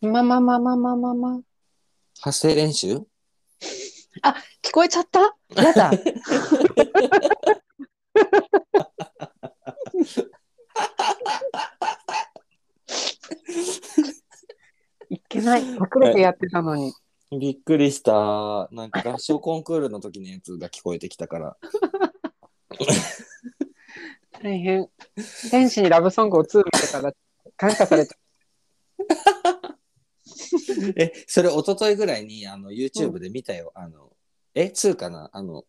まあまあまあまあまあまあまあ。発声練習聞こえちゃったやだ。いけない。隠れてやってたのに。びっくりした。なんか合唱コンクールの時のやつが聞こえてき たから。大変。天使にラブソングを2見てから感化された。え、それ一昨日ぐらいにあの YouTube で見たよ。あの、え、2かなあの、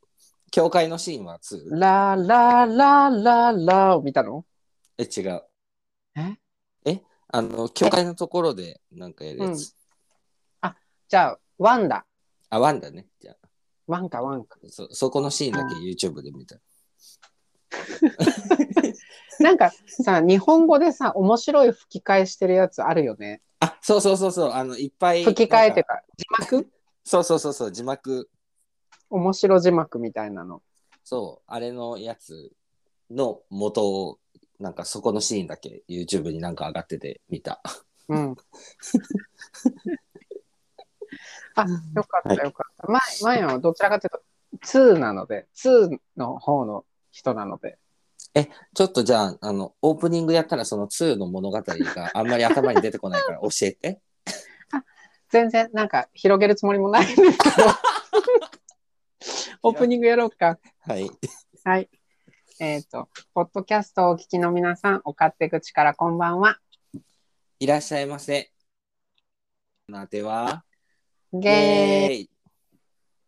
教会のシーンは 2? ラララララを見たのえ、違う。ええあの、教会のところでなんかやるやつ。じゃあ、ワンだ。あ、ワンだね。じゃあワンかワンか。そ、そこのシーンだけ YouTube で見た。なんかさ、日本語でさ、面白い吹き替えしてるやつあるよね。あ、そうそうそうそう。あの、いっぱい。吹き替えてなんか、か字幕そうそうそうそう、字幕。面白字幕みたいなの。そう、あれのやつの元を、なんかそこのシーンだけ YouTube になんか上がってて見た。 うん。あ、よかったよかった。前、前はどちらかというと、2なので、2の方の人なので。ちょっとじゃあ、あの、オープニングやったらその2の物語があんまり頭に出てこないから教えて。 全然、なんか、広げるつもりもないん ですけど。オープニングやろうか。はい。はい。えっ、と、ポッドキャストをお聞きの皆さん、お勝手口からこんばんは。いらっしゃいませ。なては、ゲー、イイ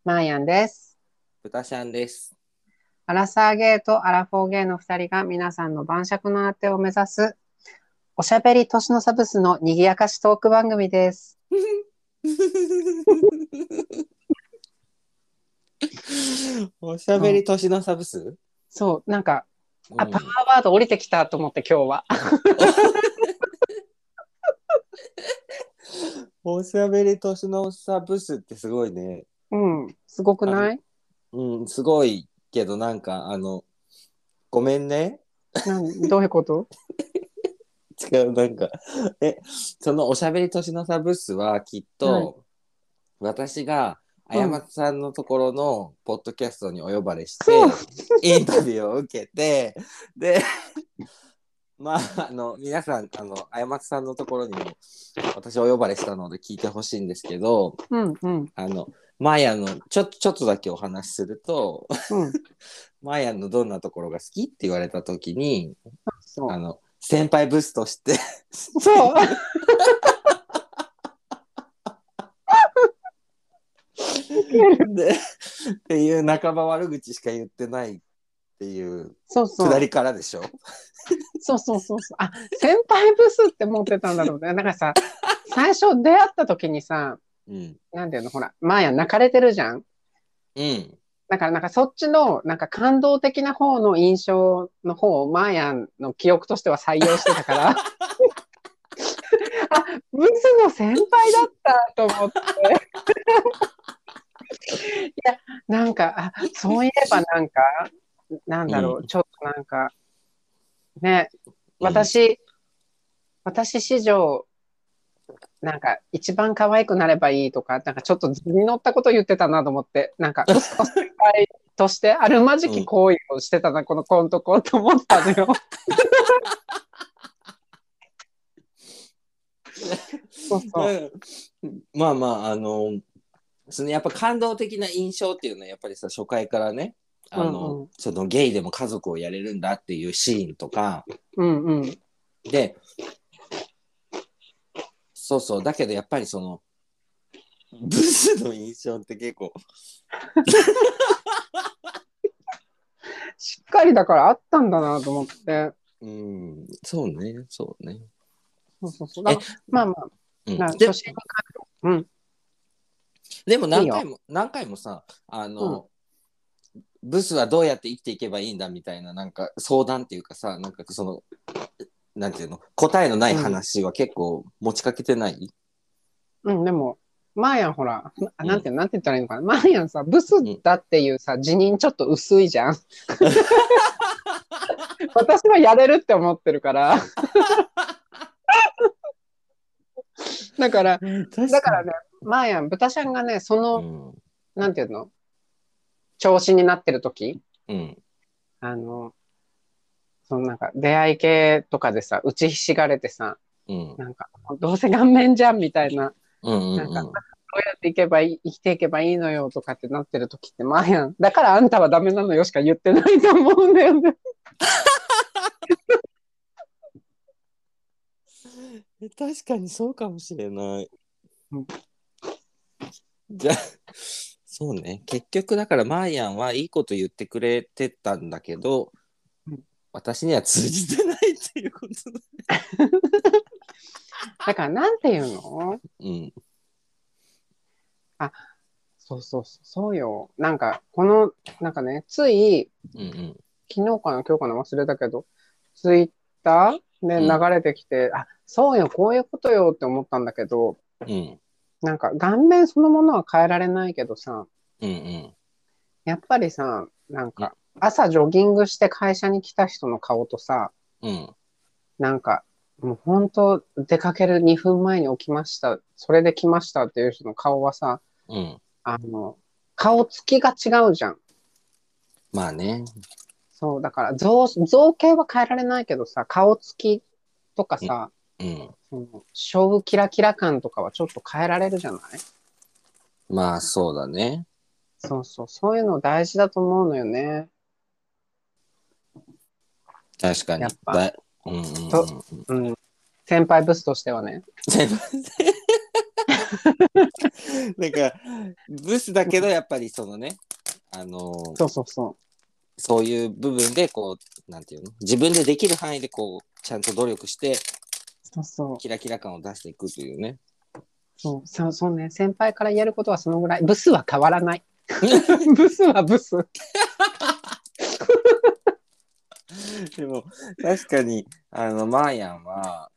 マーヤンです。豚ちゃん です。アラサーゲーとアラフォーゲーの2人が皆さんの晩酌のあてを目指すおしゃべり年のサブスのにぎやかしトーク番組です。おしゃべり年のサブス、そう、なんか、あ、うんパワーワード降りてきたと思って今日は。おしゃべり年のサブスってすごいね。うん、すごくないうん、すごいけど、なんか、あの、ごめんね。なんどういうこと違う、なんか、 え、そのおしゃべり年のサブスは、きっと、はい私が、あやまつさんのところのポッドキャストにお呼ばれして、そうインタビューを受けて、で、 まあ、あの、皆さん、あの、あやまつさんのところにも、私お呼ばれしたので聞いてほしいんですけど、うんうんあの、マーヤの、ちょ、ちょっとだけお話しすると、うん。マーヤのどんなところが好きって言われた時に、そ あう。の、先輩ブスとして、そう。で、っていう半ば悪口しか言ってないっていうそうそくうだりからでしょ。そうそうそうそう。あ、先輩ブスって思ってたんだろうね。なんかさ、最初出会った時にさ、うん。なんていうの、ほら、マーヤ泣かれてるじゃん。うん。だからなんかそっちのなんか感動的な方の印象の方をマーヤンの記憶としては採用してたから。あ、 ブスの先輩だったと思って。 いや、なんか、あ、そういえばなんか、なんだろう、ちょっとなんか、ね、私、私史上、なんか一番可愛くなればいいとか、なんかちょっと図に乗ったこと言ってたなと思って、なんか、嘘の先輩としてあるまじき行為をしてたな、このこのとこと思ったのよ。そうそう。うんまあまあ、あの、そのやっぱ感動的な印象っていうのはやっぱりさ初回からねあの、うんうそのゲイでも家族をやれるんだっていうシーンとかうんうん。でそうそうだけどやっぱりそのブスの印象って結構しっかりだからあったんだなと思って。うんそうねそうね、そうそうそう。だからまあまあ、うんなんかで初心に帰る。うん。でも何回も何回もさあの、ブスはどうやって生きていけばいいんだみたいななんか相談っていうかさなんかそのなんていうの答えのない話は結構持ちかけてない、うん、でも、マーヤンほら、あなんて、なんて言ったらいいのかな。マーヤンさ、ブスだっていうさ、辞任ちょっと薄いじ ゃん。 私はやれるって思ってるから。だから、にだからね、まあやん、豚ちゃんがね、そうの、ん。なんていうの調子になってる時うん。あの、そのなんか出会い系とかでさ、打ちひしがれてさ、うん。なんか、どうせ顔面じゃんみたいな、どうん。うん。なんうやっていけばいい、生きていけばいいのよとかってなってる時って、まあやん、だからあんたはダメなのよしか言ってないと思うんだよ ね。確かにそうかもしれないうん。じゃあ そうね結局だからマーヤンはいいこと言ってくれてたんだけど、うん私には通じてないっていうことだ。だからなんていうのうんそうそうそう、そうよ。なんか、この、なんかね、つい、うんうん昨日かな今日かな忘れたけど、ツイッターでうん流れてきて、あ、そうよ、こういうことよって思ったんだけど、うんなんか顔面そのものは変えられないけどさ、うんうんやっぱりさ、なんか朝ジョギングして会社に来た人の顔とさ、うんなんかもう本当出かける2分前に起きました、それで来ましたっていう人の顔はさ、うんあの、顔つきが違うじゃん。まあねそう、だから造造形は変えられないけどさ、顔つきとかさ、うんその勝負キラキラ感とかはちょっと変えられるじゃないまあそうだねそうそう、そういうの大事だと思うのよね。確かにやっぱだうんうんうんとうん。先輩ブスとしてはね。先輩なんかブスだけどやっぱりそのねあのーそうそうそそういう部分で、こう、なんていうの自分でできる範囲で、こう、ちゃんと努力して、う。そうそう。キラキラ感を出していくというね。そうそうそうね。先輩から言えることはそのぐらい。ブスは変わら ない。ブスはブス。でも、確かに、あの、マーヤンは、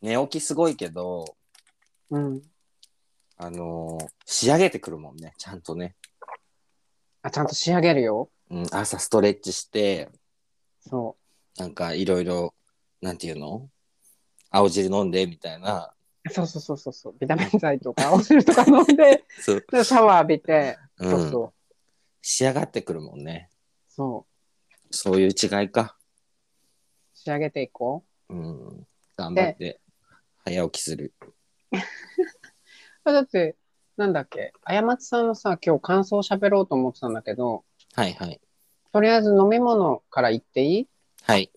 寝起きすごいけど、うん。あのー仕上げてくるもんね、ちゃんとね。あ、ちゃんと仕上げるよ。うん、朝ストレッチして、そなんかいろいろ、なんていうの青汁飲んで、みたいな。う。そうそうそうそうそう。ビタミン剤とか、お汁とか飲ん で、そう。でシャワー浴びて。う、そうんそう。仕上がってくるもんね。そう。そういう違いか。仕上げていこう。うん。頑張って、早起きする。あだって、なんだっけ、あやまつさんのさ、今日感想喋ろうと思ってたんだけど、はいはい。とりあえず飲み物から言っていいはい。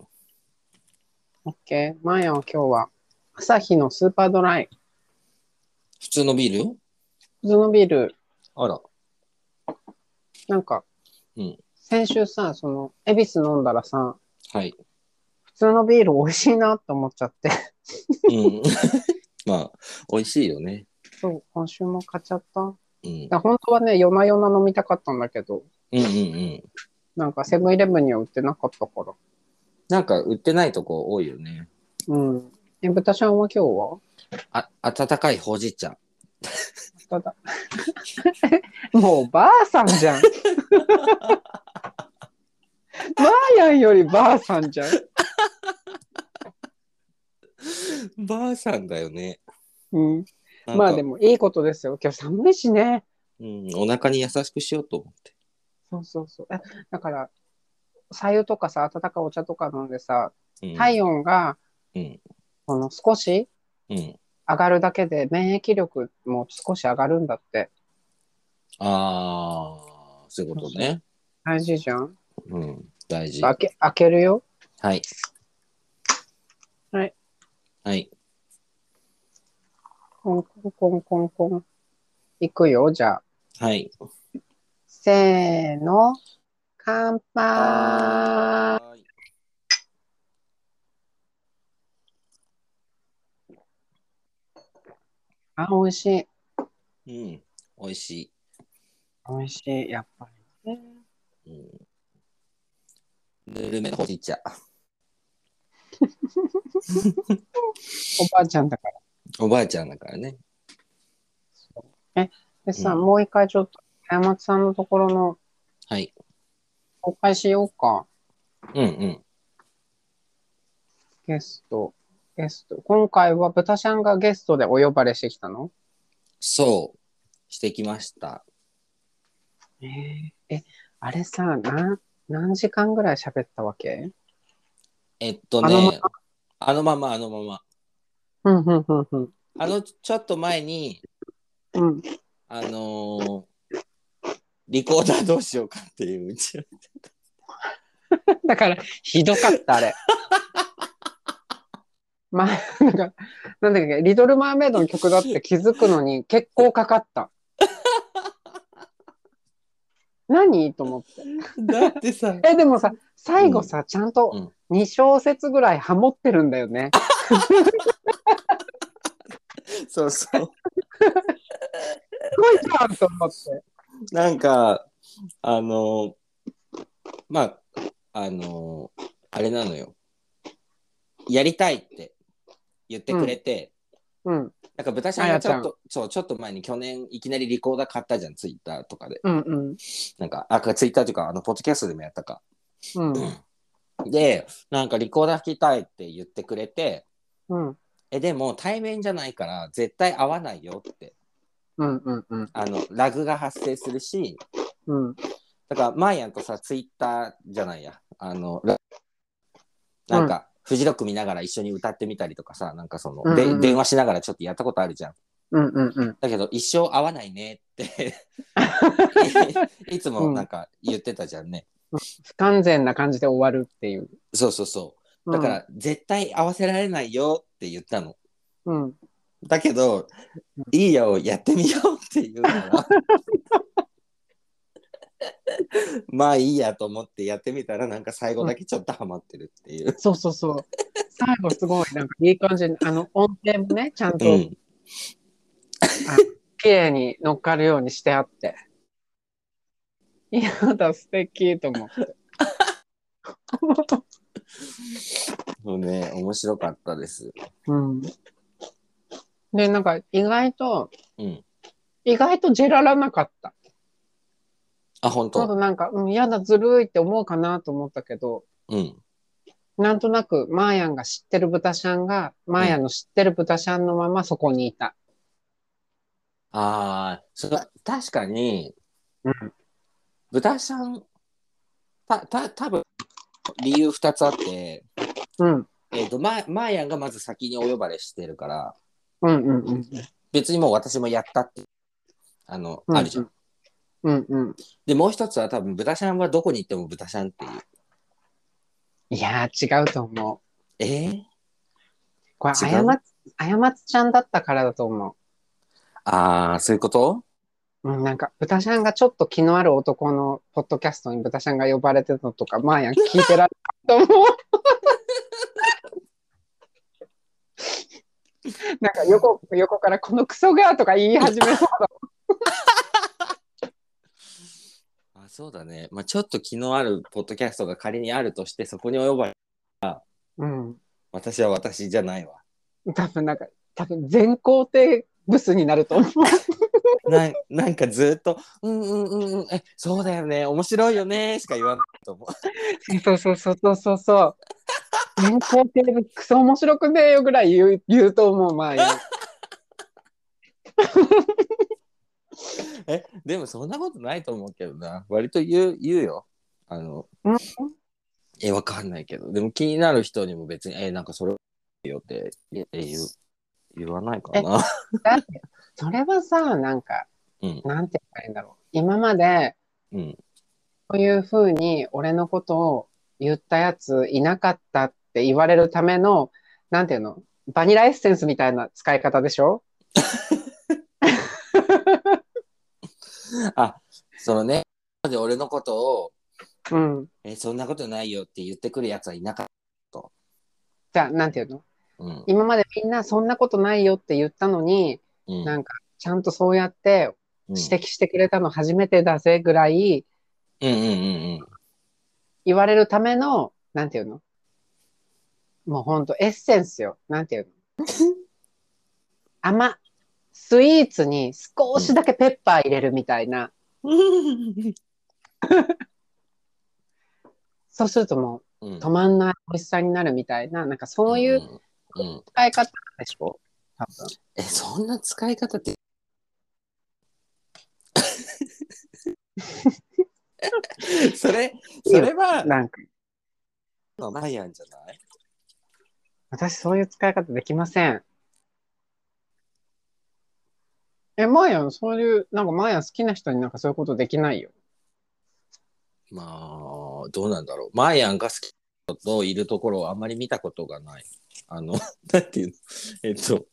?OK。マーヤンは今日は、朝日のスーパードライ、普通のビール普通のビール、あら。なんか、うん先週さ、その、恵比寿飲んだらさ、はい。普通のビール美味しいなって思っちゃって、うん。 まあ、美味しいよね。そう、今週も買っちゃった。いうん。や、本当はね、夜な夜な飲みたかったんだけど、うんうんうん。なんかセブンイレブンには売ってなかったから。なんか売ってないとこ多いよね。うん。え、豚ちゃんは今日はあ、温かいほうじ茶。ただ。もうばあさんじゃん。 マーヤンよりばあさんじゃん。ばあさんだよね。うん、なんかまあで。もいいことですよ。今日寒いしね。うん。お腹に優しくしようと思って。そうそうそう。えだから、白湯とかさ、温かいお茶とか飲んでさ、うん、体温が、うんこの少しうん。上がるだけで免疫力も少し上がるんだって。ああ、そういうことね。大事じゃん。うん。大事。開け開けるよ。はい。はい。はい。コンコンコンコンコン。いくよ、じゃあ。はい。せーの、乾杯はいあ、美味しい。うん。美味しい。美味しい、やっぱりね。うんぬるめのほうじ茶。おばあちゃんだから。おばあちゃんだからね。でさ、うんもう一回ちょっと、早松さんのところのはい。紹介しようか。うんうん。ゲスト。ゲスト。今回は豚ちゃんがゲストでお呼ばれしてきたのそう。してきました。ええ、あれさ、なん何時間ぐらい喋ったわけえっとね、あのまま、あのまま。うん、うん、うん、うん。あの、ちょっと前に、うん、あのーリコーダーどうしようかっていううち。だから、ひどかった、あ れ。まあ、なんか、なんだっけ、リトル・マーメイドの曲だって気づくのに結構かか った。何と思って。 だってさ、え、でもさ、最後さ、ちゃんと2小節ぐらいハモってるんだよね。そうそう。すごいじゃんと思って。なんか、あのーまあ、あのーあれなのよ。やりたいって言ってくれて、うん、なんか豚ちゃんがちょっあと、そう、ちょっと前に去年いきなりリコーダー買ったじゃん、ツイッターとかで。うん、うん、なんか、あ、ツイッターというか、あの、ポッドキャストでもやったか。うん、で、なんかリコーダー吹きたいって言ってくれて、うん、え、でも対面じゃないから絶対合わないよって。うん、うん、うん、あの、ラグが発生するし、うん、だから、マーヤンとさ、ツイッターじゃないや、あの、ラなんか、フジロック見ながら一緒に歌ってみたりとかさ、なんかその、でうんうんうん電話しながらちょっとやったことあるじゃん。うん、うん、うん、だけど一生会わないねって いいつもなんか言ってたじゃんね、不完全な感じで終わるっていう。そうそうそうだから絶対会わせられないよって言ったのうん、うん、だけどうんいいよやってみようって言うから まあいいやと思ってやってみたらなんか最後だけちょっとハマってるっていう、そうそうそう。最後すごい、なんかいい感じに、あの、音程もね、ちゃんとうん綺麗に乗っかるようにしてあって。いやだ、素敵と思って。もうね面白かったですうん。で、なんか意外と、うん意外とジェラらなかった。あ本ちょっと当なんか、うん、やだ、ずるいって思うかなと思ったけど、うんなんとなく、マーヤンが知ってる豚ちゃんが、マーヤンの知ってる豚ちゃんのままそこにいた。ああそれは確かにうん。豚さんたた多分理由2つあって、うん。えー、とママーヤンがまず先にお呼ばれしてるからうんうんうん。別にもう私もやったってあの、うんあるじゃん。うんうん。でもう一つは多分豚さんはどこに行っても豚さんっていういやー、違うと思う。えー、これ、あ違うやまつ、あやまつちゃんだったからだと思う。ああそういうことうん、なんか、豚ちゃんがちょっと気のある男のポッドキャストに豚ちゃんが呼ばれてたのとか、まあやん聞いてられたと思う。 なんか横横からこのクソがとか言い始めそうだ。あそうだね、まあ、ちょっと気のあるポッドキャストが仮にあるとしてそこにお呼ばれうん。私は私じゃないわ多分なんか、多分全肯定ブスになると思う。なんなんかずっと「うんうんうんうんえそうだよね面白いよね」しか言わないと思うそうそうそうそうそうそう。全肯定ブスクソ面白くねえよぐらい言う言うと思う、まあやん。え、 でもそんなことないと思うけどな。割と言う、言うよ。あのうん、え、わかんないけど。でも気になる人にも別に、え、なんかそれよってええ言う、言わないかだな。って、それはさ、なんか、うんなんて言えばいいんだろう。今まで、うん。こういうふうに俺のことを言ったやついなかったって言われるための、なんていうの、バニラエッセンスみたいな使い方でしょ あ、そのね、で俺のことを、うん。え、そんなことないよって言ってくるやつはいなかっじゃあ、なんていうのた。うん。今までみんなそんなことないよって言ったのに、うんなんか、ちゃんとそうやってうん指摘してくれたの初めてだぜぐらいうんうんうん 言われるための、なんていうのもうほんとエッセンスよ。なんていうの甘、スイーツに少しだけペッパー入れるみたいな。うん。そうするともうんう止まんない美味しさになるみたいな、なんかそういううんうん。使い方でしょ多分。え、そんな使 い方って。それ、それは、なんか、マイアンじゃない私そういう使い方できません。え、マーヤン、そういう、なんかマーヤン好きな人になんかそういうことできないよ。まあ、どうなんだろう。マイアンが好きな人といるところをあまり見たことがない。あの、 なんていうのえっと、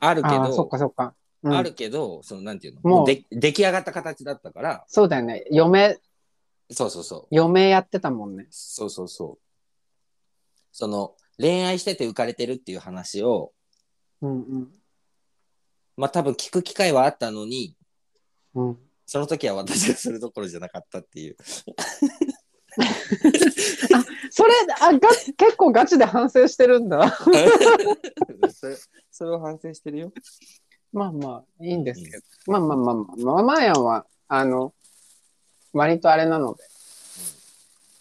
あるけああー、そっど、かそっか。うん、あるけど、その、なんていうのもうもうで出来上がった形だったから、そうだよね。嫁、そうそうそう。嫁やってたもんね。そうそうそう。その、恋愛してて浮かれてるっていう話を、うんうん。まあ多分聞く機会はあったのに、うん、その時は私がするどころじゃなかったっていう。それあが結構ガチで反省してるんだそれそれを反省してるよ。まあまあいいんですけど、まあまあまあまあまあまあやんはあの割とあれなので、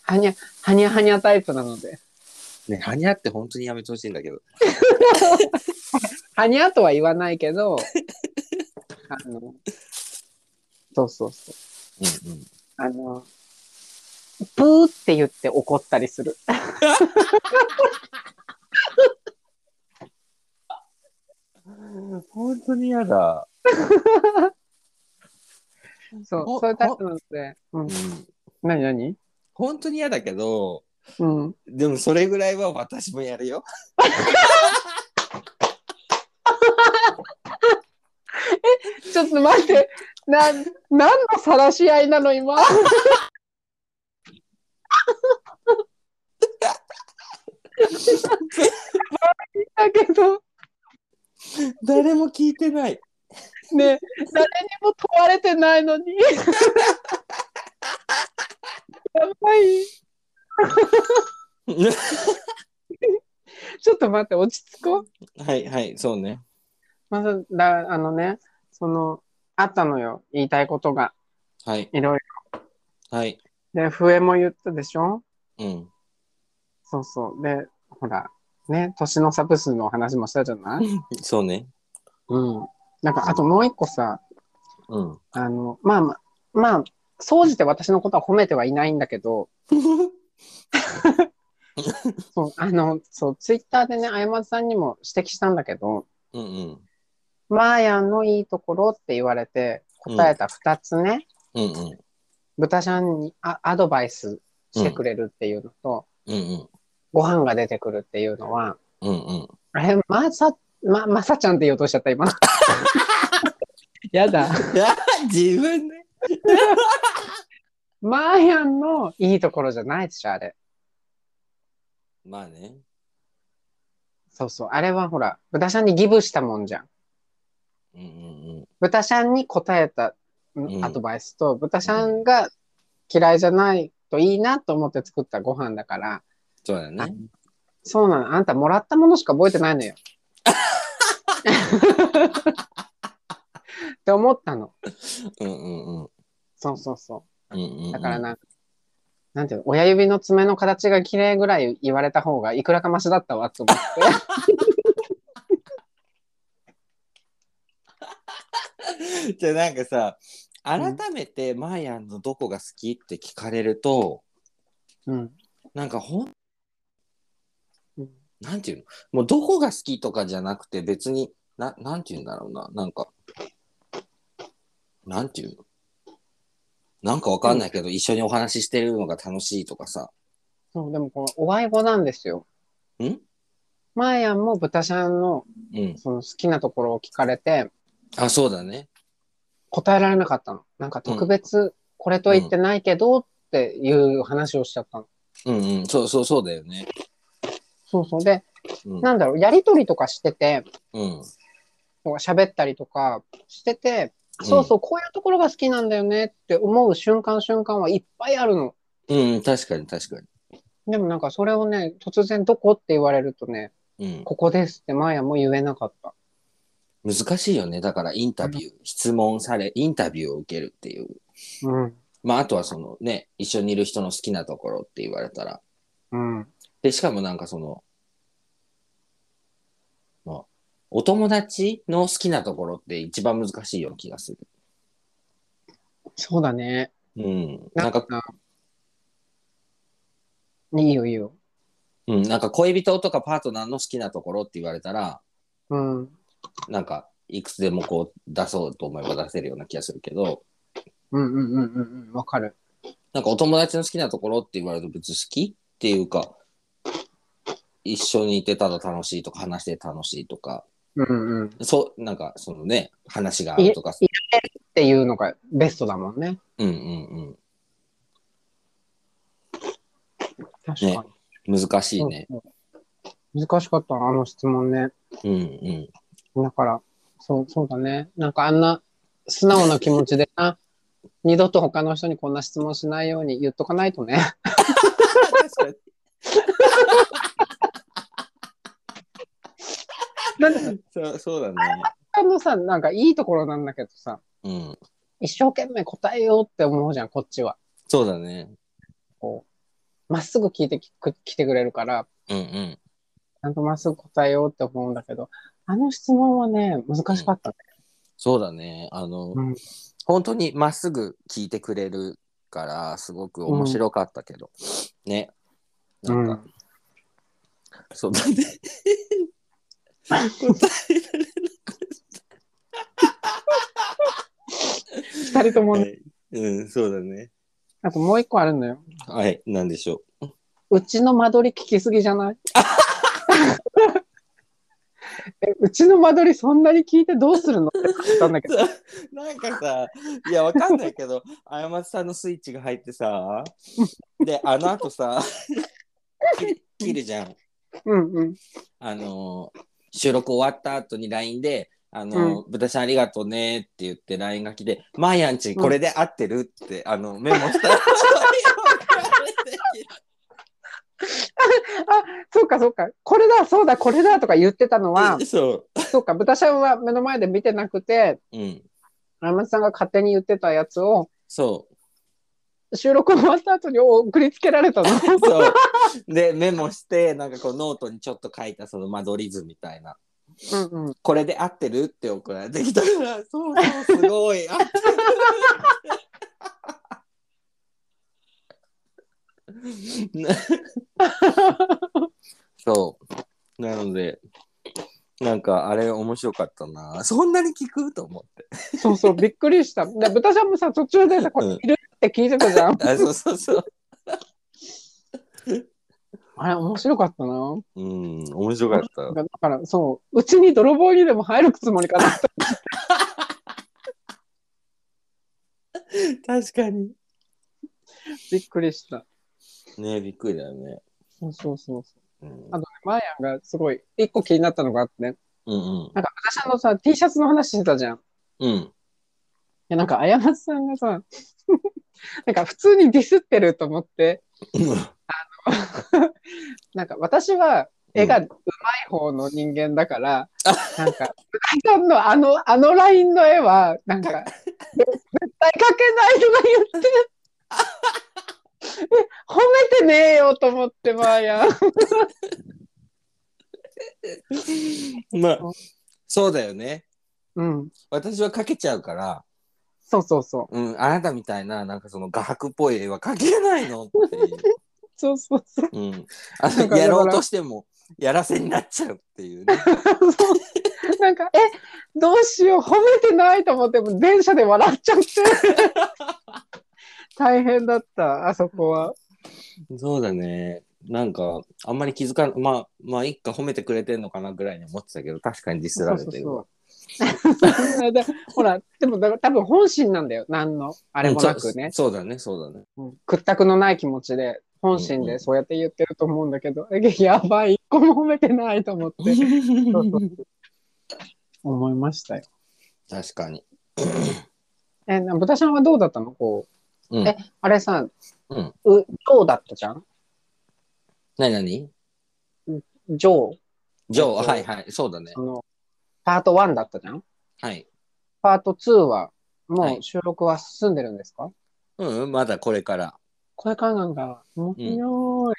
はにゃはにゃはにゃタイプなのでね、はにゃって本当にやめてほしいんだけど。はにゃとは言わないけどあのそうそうそううんうん。あのプーって言って怒ったりする本当に嫌だ。そうおそういうタイプなので、うんうん、、何何本当に嫌だけど、うんでもそれぐらいは私もやるよ。ちょっと待って、な、何の晒し合いなの今。 だけど、誰も聞いてない。 ね、誰にも問われてないのに。 やばい。ちょっと待って、落ち着こう。はいはい、そうね。まず、だ、あのね、その、あったのよ、言いたいことが、はいいろいはい。ろ。で、笛も言ったでしょうん。そうそう。で、ほら、ね、年の差部数の話もしたじゃないそうね。うん。なんか、あともう一個さ、うん。あの、まあまあ、まあ、総じて私のことは褒めてはいないんだけど、そう、あの、そう、ツイッターでね、あやまつさんにも指摘したんだけど、うんうん。マーヤンのいいところって言われて、答えた2つね、うんうん。豚ちゃんにアアドバイスしてくれるっていうのと、うんご飯が出てくるっていうのは、うん。うんうん。あれ、まさ、ま、まさちゃんって言おうとしちゃった、今。 やだ。自分で。マーヤンのいいところじゃないでしょ、あれ。まあね。そうそう。あれはほら、豚ちゃんにギブしたもんじゃん。うんうんうん。豚ちゃんに答えたんアドバイスと、豚ちゃんが嫌いじゃないといいなと思って作ったご飯だから、そうだね。そうなの。あんたもらったものしか覚えてないのよ。って思ったの。うんうんうん。そうそうそうんうんうう。ん。だからなんか、なんていうの、親指の爪の形が綺麗ぐらい言われた方がいくらかマシだったわって思って。じゃあなんかさ、改めてマーヤンのどこが好きって聞かれると、うん。なんかほん、うんなんていうのもうどこが好きとかじゃなくて別に、ななんていうんだろうな。なんか、なんていうのなんかわかんないけど、一緒にお話ししてるのが楽しいとかさ。そう、でもこのお愛語なんですよ。んマーヤンも豚ちゃんのうん。その好きなところを聞かれてあ、そうだね。答えられなかったの。なんか特別これと言ってないけどっていう話をしちゃったの。うんうん。そうそうそうだよね。そうそう。で、うん。なんだろう、やりとりとかしてて、うん。とか喋ったりとかしてて、そうそう、こういうところが好きなんだよねって思う瞬間瞬間はいっぱいあるの。うん、確かに確かでもなんかそれをね、突然どこって言われるとね、に。ここですってマーヤンも言えなかった。うん。難しいよね。だからインタビュー、質問され、インタビューを受けるっていう。うん。まあ、あとはそのね、一緒にいる人の好きなところって言われたら。うん。で、しかもなんかその、お友達の好きなところって一番難しいような気がする。そうだね。うん。ななんんかか、、いいよいいよ。うん、なんか恋人とかパートナーの好きなところって言われたら、うん。なんか、いくつでもこう出そうと思えば出せるような気がするけど、うんうんうんうんうん。わかる。なんかお友達の好きなところって言われると別に好きっていうか、一緒にいてただ楽しいとか話して楽しいとか、うんうん。っそう、なんかそのね、話があるとか、いていうのがベストだもんね。うんうん確かに。うん。難しいね。うんうん難しかったなあの質問ね。うんうん。だから、そう、そうだね。なんかあんな素直な気持ちでな、二度と他の人にこんな質問しないように言っとかない とね。だってそうそうだね。あのさ、なんかいいところなんだけどさ、うん。一生懸命答えようって思うじゃん、こっちは。そうだね。こう、まっすぐ聞いてきく来てくれるから、うんうん。ちゃんとまっすぐ答えようって思うんだけど、あの質問はね、難しかったね。そうだね。あの、うん本当にまっすぐ聞いてくれるから、すごく面白かったけど、ね。なんか、うんそうだね。答えられ二人とも、なね、い。うん、そうだね。あともう一個あるのよ。はい、なんでしょうちの間取り聞きすぎじゃない えうちの間取りそんなに聞いてどうするのって言ったんだ けど。う。なんかさ、いや、わかんないけど、あやまつさんのスイッチが入ってさ、で、あの後さ、切切るじゃん。うんうん。あのー収録終わった後に LINE で「あのー豚ちゃんありがとうね」って言って LINE が来て「まーやんちこれで合ってる?」って、あのメモしたらそうかそうか。これだ、そうだ、これだとか言ってたのは、 そそうか、豚ちゃんは目の前で見てなくて、う、うん、山田さんが勝手に言ってたやつを、そ収録終わった後に送りつけられたの。 うそうでメモしてなんかこうノートにちょっと書いたその間取り図みたいなうんうん。 「これで合ってる?」って送られてきたから「そうそうすごい合ってる」なそう。なので、なんかあれ面白かったな。そんなに聞くと思って。そうそう、びっくりした。で、豚ちゃんもさ、途中でさ、これうんいるって聞いてたじゃ ん。あ、そうそうそう。あれ、面白かったな。うん、面白かった。だから、そう、うちに泥棒にでも入るつもりか な。確かに。びっくりした。ねびっくりだよね。そうそうそうそう。うんあとね、マーヤンがすごい、一個気になったのがあって、ね、うんなんか私あのさ、T シャツの話してたじゃん。いうん。うん。や、なんか、あやまつさんがさ、 なんか普通にディスってると思 って、 なんか私は絵がうまい方の人間だ から、なんか、普段のあの、あのラインの絵は、なんか、絶対描けないとか言ってる。 え褒めてねえよと思って、マーヤン。まあ、そうだよね。うん。私はかけちゃうから、そうそうそう。うん、あなたみたいな、なんかその画伯っぽい絵は描けないのっていう。そうそうそう。 うん。あなんかのやろうとしても、やらせになっちゃうっていうね。そうなんか、え、どうしよう、褒めてないと思って、もう電車で笑っち ゃって。大変だった、あそこは。 そうだね。なんか、あんまり気づかん、まあ、まあ、一家褒めてくれてんのかなぐらいに思ってたけど、確かにディスられてるわ。そうそうそう でほら、でもだから多分本心なんだよ、何の。ああれもなくね。そうだね、そうだね。うん屈託のない気持ちで、本心うんうでんそうやって言ってると思うんだけど、えやばい、一個も褒めてないと思って。そうそう思いましたよ。確かに。え、な豚ちゃんはどうだったのこうん。えう、あれさ、うんう、ジョーだったじゃんなになにジョー。ジョー、えっとはいはい、そうだねあ。の、パート1だったじゃんはい。パート2は、はもうい収録は進んでるんですか、うんうん、まだこれから。これからなんか、面白い。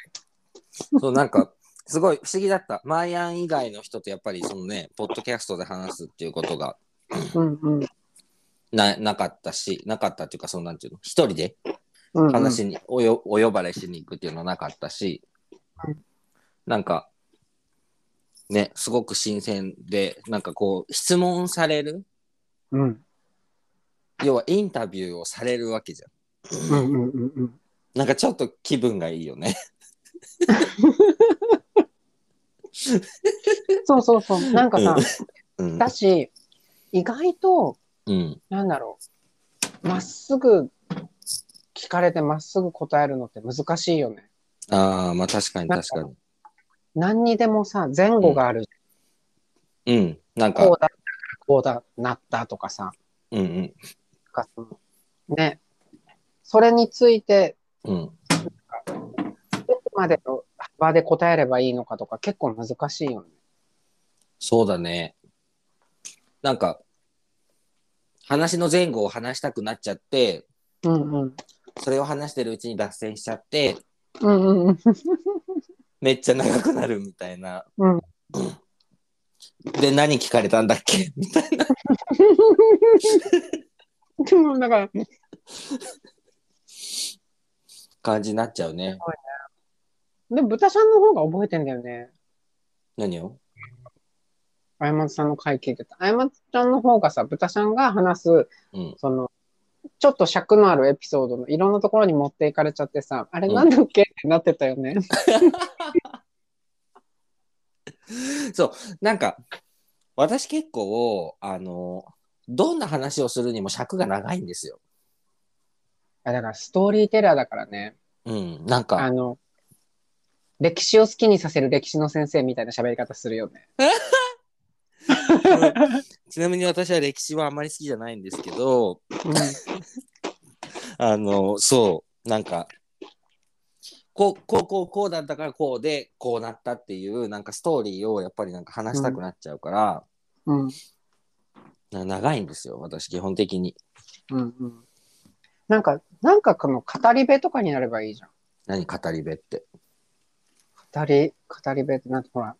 そう、なんか、すごい不思議だった。マーヤン以外の人とやっぱりそのね、ポッドキャストで話すっていうことがうんうんななかったし、なかったっていうか、そのなんていうの、一人でうんうん。話に、およお呼ばれしに行くっていうのはなかったしう、なんか、ね、すごく新鮮で、なんかこう、質問される、うん要はインタビューをされるわけじゃん。うんうんうんうん。なんかちょっと気分がいい よね。そうそうそう。なんかさ、うん。だし、意外と、うん。なんだろう。まっすぐ聞かれてまっすぐ答えるのって難しいよね。ああ、まあ確かに確かに。何にでもさ、前後があるじうん。ゃなんん。こう、だっかたからこうだ、なったとかさ。うんうん。なんかそのね。それについて、うん。どこまでの幅で答えればいいのかとか結構難しいよね。そうだね。なんか、話の前後を話したくなっちゃって、うんうん。それを話してるうちに脱線しちゃって、うんうんうん。めっちゃ長くなるみたいな。うんで、何聞かれたんだっけみたいな。でも、だから、感じになっちゃうね。でも豚ちゃんの方が覚えてんだよね。何をあやまつさんの回聞いてた。あやまつちゃんの方がさ、豚ちゃんが話す、うん。その、ちょっと尺のあるエピソードのいろんなところに持っていかれちゃってさ、あれなんだっけってなってたよね。 そう。なんか、私結構、あの、どんな話をするにも尺が長いんですよ。あだからストーリーテラーだからね。うん。なんあか、の、歴史を好きにさせる歴史の先生みたいな喋り方するよね。 ちなみに私は歴史はあまり好きじゃないんですけど、うんあの、そう、なんか、こう、こう、こう、こうだったからこうで、こうなったっていう、なんかストーリーをやっぱりなんか話したくなっちゃうから、うんなんか長いんですよ、私、基本的に。うんうんなんか、なんかこの語り部とかになればいいじゃん。何、語り部って。語り、語り部ってなんてほら、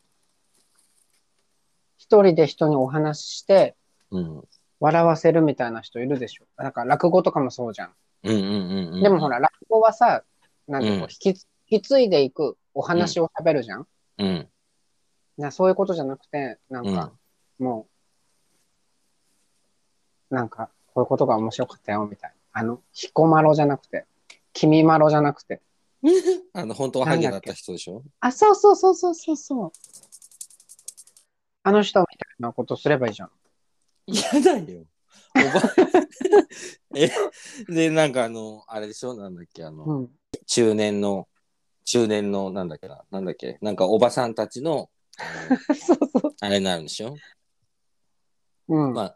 一人で人にお話ししてうん。笑わせるみたいな人いるでしょ。なんか落語とかもそうじゃん。うんうんうん、うん。でもほ、ら、落語はさ、なんていうのうん引き、引き継いでいくお話を喋るじゃん。うん。なそういうことじゃなくて、なんうん。かもう、なんかこういうことが面白かったよみたいな。あの、彦摩呂じゃなくて、君まろじゃなくて。あの、本当はハゲだった人でしょあ、そうそうそうそうそうそう。あの人みたいなことすればいいじゃん。嫌だよ。おば え、で、なんかあの、あれでしょなんだっけ、あの、うん。中年の、中年の、なんだっけな、なんだっけ、なんかおばさんたちの、あの そうそあれになるんでしょう。うん。まあ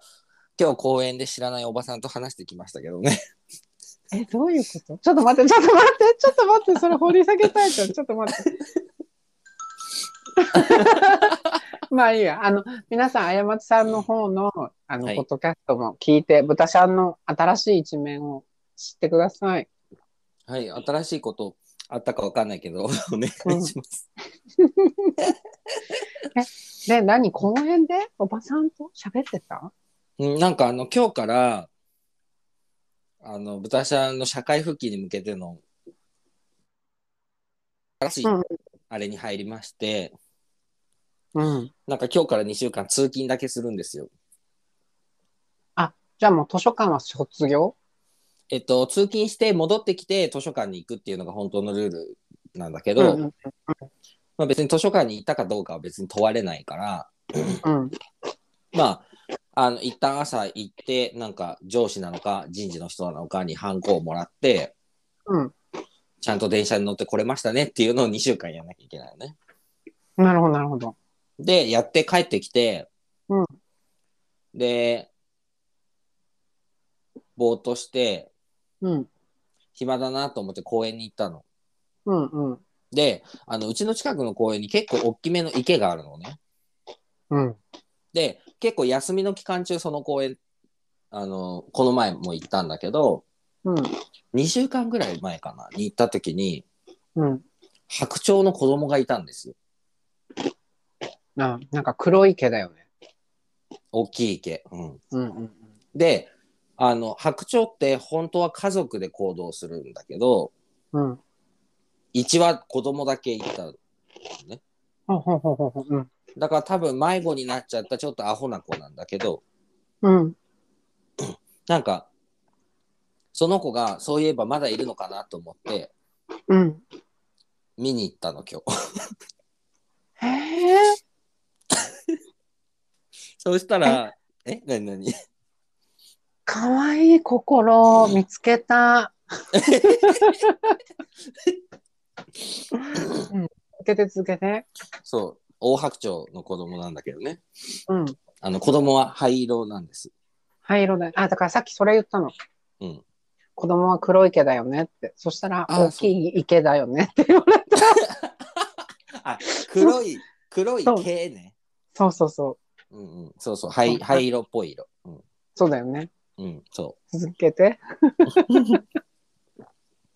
今日公園で知らないおばさんと話してきましたけどね。え、どういうことちょっと待って、ちょっと待って、ちょっと待って、それ掘り下げたいじゃん。ちょっと待って。 まあいいや。あの、皆さん、あやまつさんの方の、あの、はいポッドキャストも聞いて、豚ちゃんの新しい一面を知ってください。はい、新しいことあったかわかんないけど、お願いします。で、何公園でおばさんと喋ってたうん、なんかあの、今日から、あの、豚しゃんの社会復帰に向けての、新しいうんあれに入りまして、うん。なんか今日から2週間通勤だけするんですよ。じゃあもう図書館は卒業えっと、通勤して戻ってきて図書館に行くっていうのが本当のルールなんだけうど、んまあ別に図書館に行ったかどうかは別に問われないから、うん。まあ、あの、一旦朝行って、なんか上司なのか人事の人なのかにハンコをもらって、うん。ちゃんと電車に乗ってこれましたねっていうのを2週間やんなきゃいけないよね。なるほど、なるほど。で、やって帰ってきて、うんで、ぼーっとして、うん。暇だなと思って公園に行ったの。うんうん。で、あの、うちの近くの公園に結構大きめの池があるのね。うん。で、結構休みの期間中その公園、あの、この前も行ったんだけど、うん。 2週間ぐらい前かなに行った時にうん。白鳥の子供がいたんですよ。あなんか黒い毛だよね。大きい毛。うん、うんうんうん。であの白鳥って本当は家族で行動するんだけどうん。 1羽子供だけいたのねほうほうほうほうほう。うん。だから多分迷子になっちゃったちょっとアホな子なんだけどうん。なんかその子がそういえばまだいるのかなと思ってうん。見に行ったの今日へえ。 そうしたらえ何何かわいい心を見つけた。うん、続けて続けて。そう大白鳥の子供なんだけどねうん。あの子供は灰色なんです灰色だよ。あ、だからさっきそれ言ったの。うん子供は黒い毛だよねって。そしたら、あ大きい池だよねって言われた。あ黒い黒いそう毛ねそうそうそう。うんうんそうそう灰灰色っぽい色うん、そうだよね。うん、そう続けて。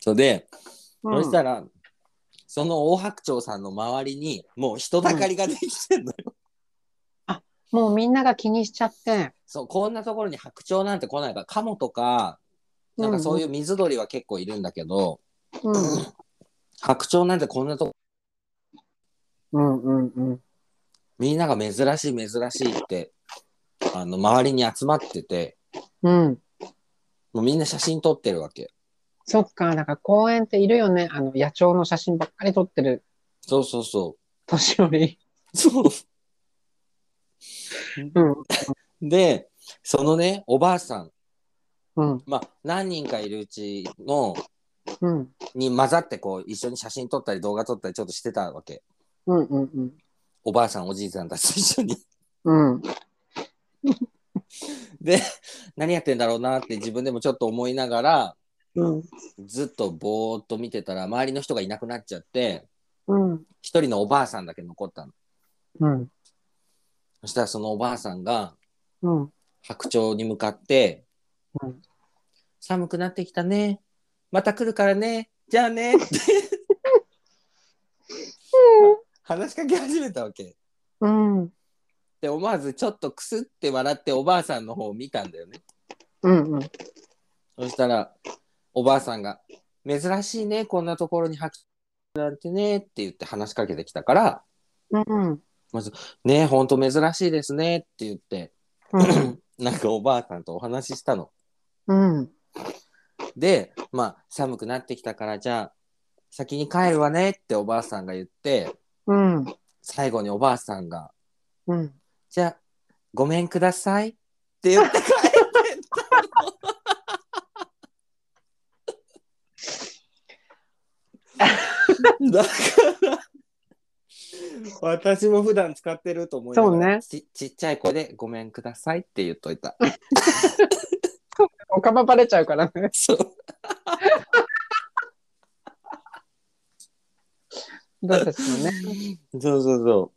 そうで、うん、そしたらその大白鳥さんの周りにもう人だかりができてんのよ、もうみんなが気にしちゃって。そうこんなところに白鳥なんて来ないからカモとかなんかそういう水鳥は結構いるんだけど、うん。うん白鳥なんてこんなとこうんうんうん。みんなが珍しい珍しいってあの周りに集まっててうん。もうみんな写真撮ってるわけそっか、だから公園っているよね。あの、野鳥の写真ばっかり撮ってるそうそうそ年寄り。うそううん。 でそのねおばあさんうん。まあ何人かいるうちのうん。に混ざってこう一緒に写真撮ったり動画撮ったりちょっとしてたわけうんうんうん。おばあさんおじいさんたちと一緒に うん。で何やってんだろうなって自分でもちょっと思いながらうん。ずっとぼーっと見てたら周りの人がいなくなっちゃってうん。一人のおばあさんだけ残ったのうん。そしたらそのおばあさんがうん。白鳥に向かってうん「寒くなってきたねまた来るからねじゃあね」って話しかけ始めたわけ。うん。で思わずちょっとくすって笑っておばあさんの方を見たんだよねうん。うん。そしたらおばあさんが「珍しいねこんなところに白鳥なんてね」って言って話しかけてきたからうん。 「ねえほんと珍しいですね」って言って うん。なんかおばあさんとお話ししたのうん。でまあ寒くなってきたからじゃあ先に帰るわねっておばあさんが言ってうん。最後におばあさんがうん。 「じゃあごめんください」って言って帰ってったのだから私も普段使ってると思いながらそうねちちっちゃい声で「ごめんください」って言っといたおかばばれちゃうからね。そうどうですよね。そうそうそ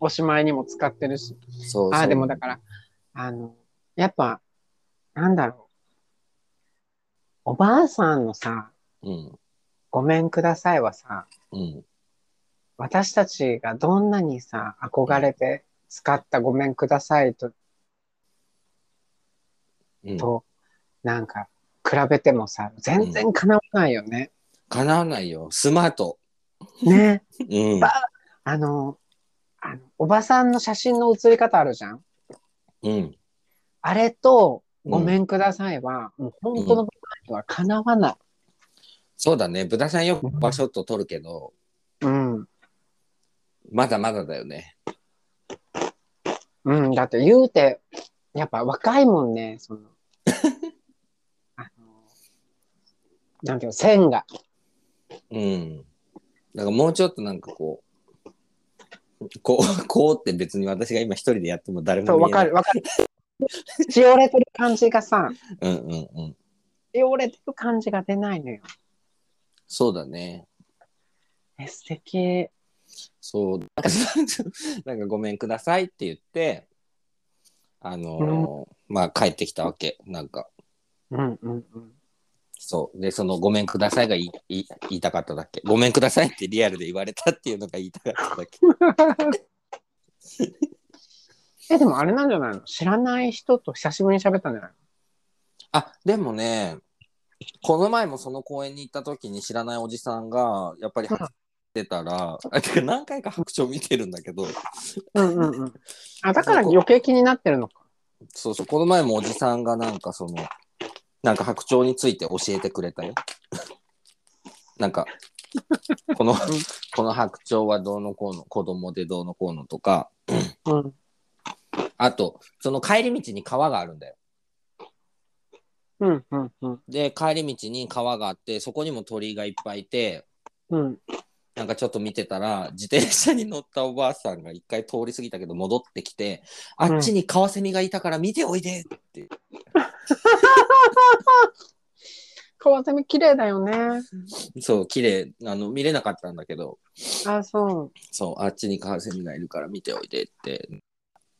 おしまいにも使ってるし。うそうああ、でもだかから、あの、やっぱ、なんだろう。おばあさんのさ、らうんごめんくださいはさ、うん私たちがどんなにさ、憧れて使ったごめんくださいと、うんとなんか、比べてもさ、全然叶わないよね。叶わないよスマートね。うんばあの、あの、おばさんの写真の写り方あるじゃん。うんあれと、うんごめんくださいは、もう本当の場合はかなわない。そうだね豚さんよく場所と撮るけどうん。まだまだだよねうん。だって言うて、やっぱ若いもんね、 その、あの、なんていうの、線が。うん。だからもうちょっとなんかこう、こう、 こうって別に私が今一人でやっても誰そもう、わ見えなかい。る、わかる。 しおれてる感じがさ、うんうんうん。しおれてる感じが出ないのよ。そうだね。え、素敵。そう。なんか なんかごめんくださいって言って、あのーまあ帰ってきたわけ。なんか、うんうんうん。そう。で、そのごめんくださいがいい言いたかっただけ。ごめんくださいってリアルで言われたっていうのが言いたかっただけ。 え、でもあれなんじゃないの知らない人と久しぶりに喋ったんじゃないあ、でもね、この前もその公園に行った時に知らないおじさんが、やっぱり白鳥見てたら、あてか何回か白鳥見てるんだけど、のうんうんうん。あ、だから余計気になってるのか。そうそう、この前もおじさんがなんかその、なんか白鳥について教えてくれたよ。 なんか、この、この白鳥はどうのこうの、子供でどうのこうのとか、うん。あと、その帰り道に川があるんだよ。うんうんうん。で、帰り道に川があって、そこにも鳥がいっぱいいて、うん。なんかちょっと見てたら、自転車に乗ったおばあさんが一回通り過ぎたけど戻ってきて、あっちにカワセミがいたから見ておいでって。カワセミ綺麗だよね。そう、綺麗あの、見れなかったんだけど、あ、そう。そう、あっちにカワセミがいるから見ておいでって、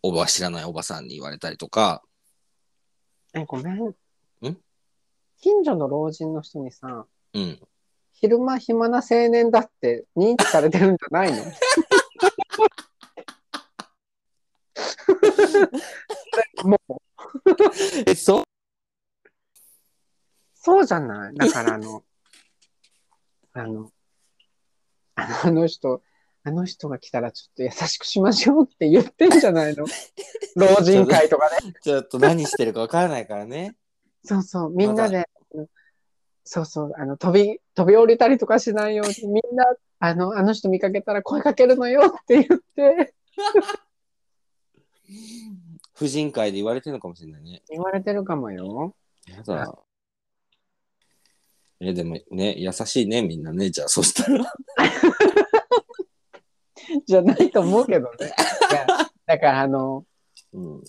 おば、知らないおばさんに言われたりとか、え、ごめん。近所の老人の人にさ、うん。昼間暇な青年だって認知されてるんじゃ ないのもうえ、そうそうじゃないだからあの、 あの、あのあの人、あの人が来たらちょっと優しくしましょうって言ってんじゃない の老人会とかね。ちょっと何してるかわからないからね。そうそう、みんなで、そうそう、あの、飛び、飛び降りたりとかしないように、みんな、あの、あの人見かけたら声かけるのよって言って、婦人会で言われてるのかもしれないね。言われてるかもよ。やだ。え、でもね、優しいね、みんなね。じゃあ、そしたら。 じゃないと思うけどね。 いやだから、あの、うん。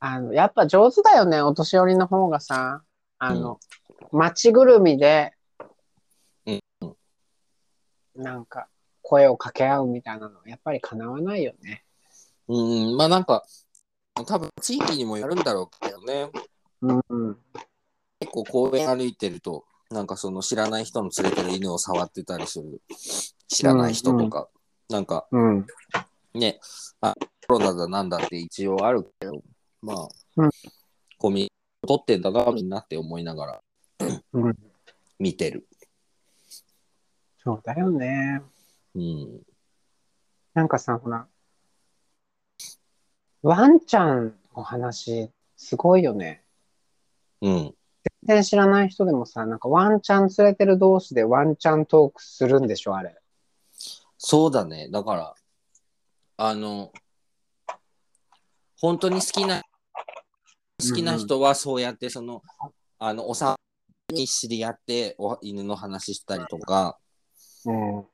あの、やっぱ上手だよね、お年寄りの方がさ、あの、街ぐるみで、うんなんか、声を掛け合うみたいなの、やっぱりかなわないよね。うん、まあなんか、多分地域にもよるんだろうけどね。うん、うん。結構公園歩いてると、なんかその知らない人の連れてる犬を触ってたりする。知らない人とか。なんかうん。ね、あ、コロナだなんだって一応あるけど、まあ、うんコミ取ってんだな、みんなって思いながら、うん見てる。そうだよね。うん。なんかさ、ほら、ワンちゃんの話、すごいよね。うん。全然知らない人でもさ、なんかワンちゃん連れてる同士でワンちゃんトークするんでしょ、あれ。そうだね。だから、あの、本当に好きな、好きな人はそうやって、その、あの、おさに知り合って、お犬の話したりとか、うん。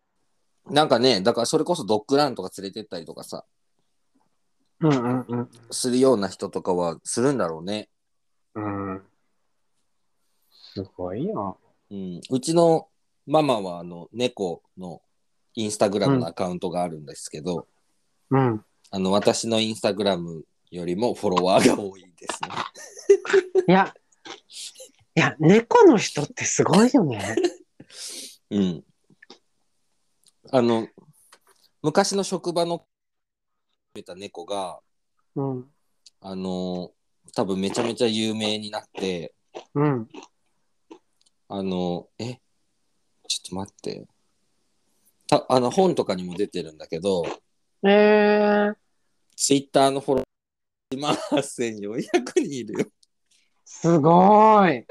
なんかね、だからそれこそドッグランとか連れてったりとかさ、うんうんうん。するような人とかはするんだろうね。うんすごいよ。うん、うちのママはあの猫のインスタグラムのアカウントがあるんですけど、うん。あの私のインスタグラムよりもフォロワーが多いですね。いや、いや、猫の人ってすごいよね。うん、あの昔の職場の見た猫がうん。あの多分めちゃめちゃ有名になってうん。あのえちょっと待ってたあの本とかにも出てるんだけどえー、ツイッターのフォロワー1万8400人いるよ。すごい。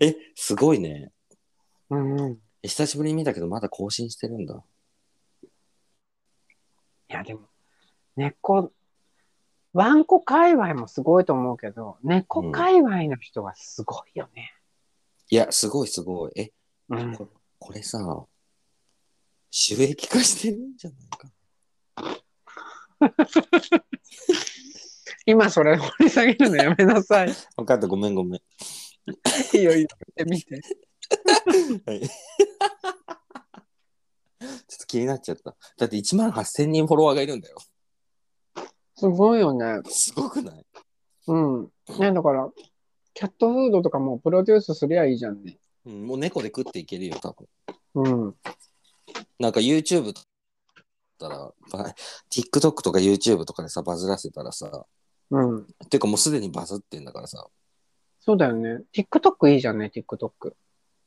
え、すごいね。うんうん。いえ久しぶりに見たけど、まだ更新してるんだ。や、でも、猫、ワンコ界隈もすごいと思うけど、猫界隈の人はすごいよね。いや、すごいすごい。え、うん。ここれさ、収益化してるんじゃないか。今それ掘り下げるのやめなさい。分かった、ごめんごめん。いいよ、いいよ。見て見て。はい、ちょっと気になっちゃった。だって1万8000人フォロワーがいるんだよ。 すごいよね。すごくないうん。ね、だから、キャットフードとかもプロデュースすりゃいいじゃんね。うん、もう猫で食っていけるよ、多分。うん。なんか YouTube とったら、ば TikTok とか YouTube とかでさ、バズらせたらさ、うん。てかもうすでにバズってんだからさ、そうだよね。TikTok いいじゃんね、TikTok。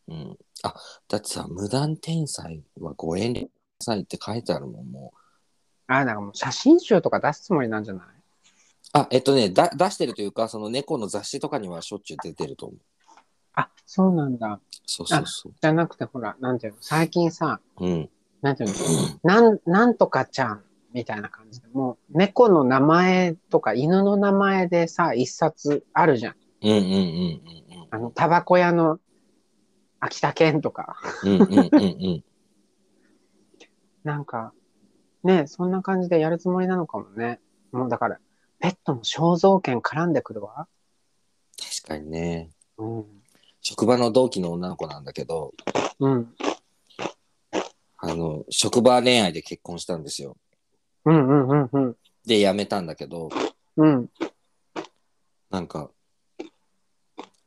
うん。あ、だってさ、無断転載はご遠慮くださいって書いてあるもん、もう。ああ、なんかもう写真集とか出すつもりなんじゃないあ、えっとね、だ出してるというか、その猫の雑誌とかにはしょっちゅう出てると思う。あ、そうなんだ。そうそうそう。じゃなくて、ほら、なんていうの、最近さ、うん。なんていうの、なん、なんとかちゃんみたいな感じで、もう猫の名前とか犬の名前でさ、一冊あるじゃん。うんうんうんあの、タバコ屋の秋田県とか、うんうん。うんうんうんうん。なんか、ね、そんな感じでやるつもりなのかもね。もうだから、ペットの肖像権絡んでくるわ。確かにね。うん。職場の同期の女の子なんだけど、うん。あの、職場恋愛で結婚したんですよ。うんうんうんうん。で、辞めたんだけど、うん。なんか、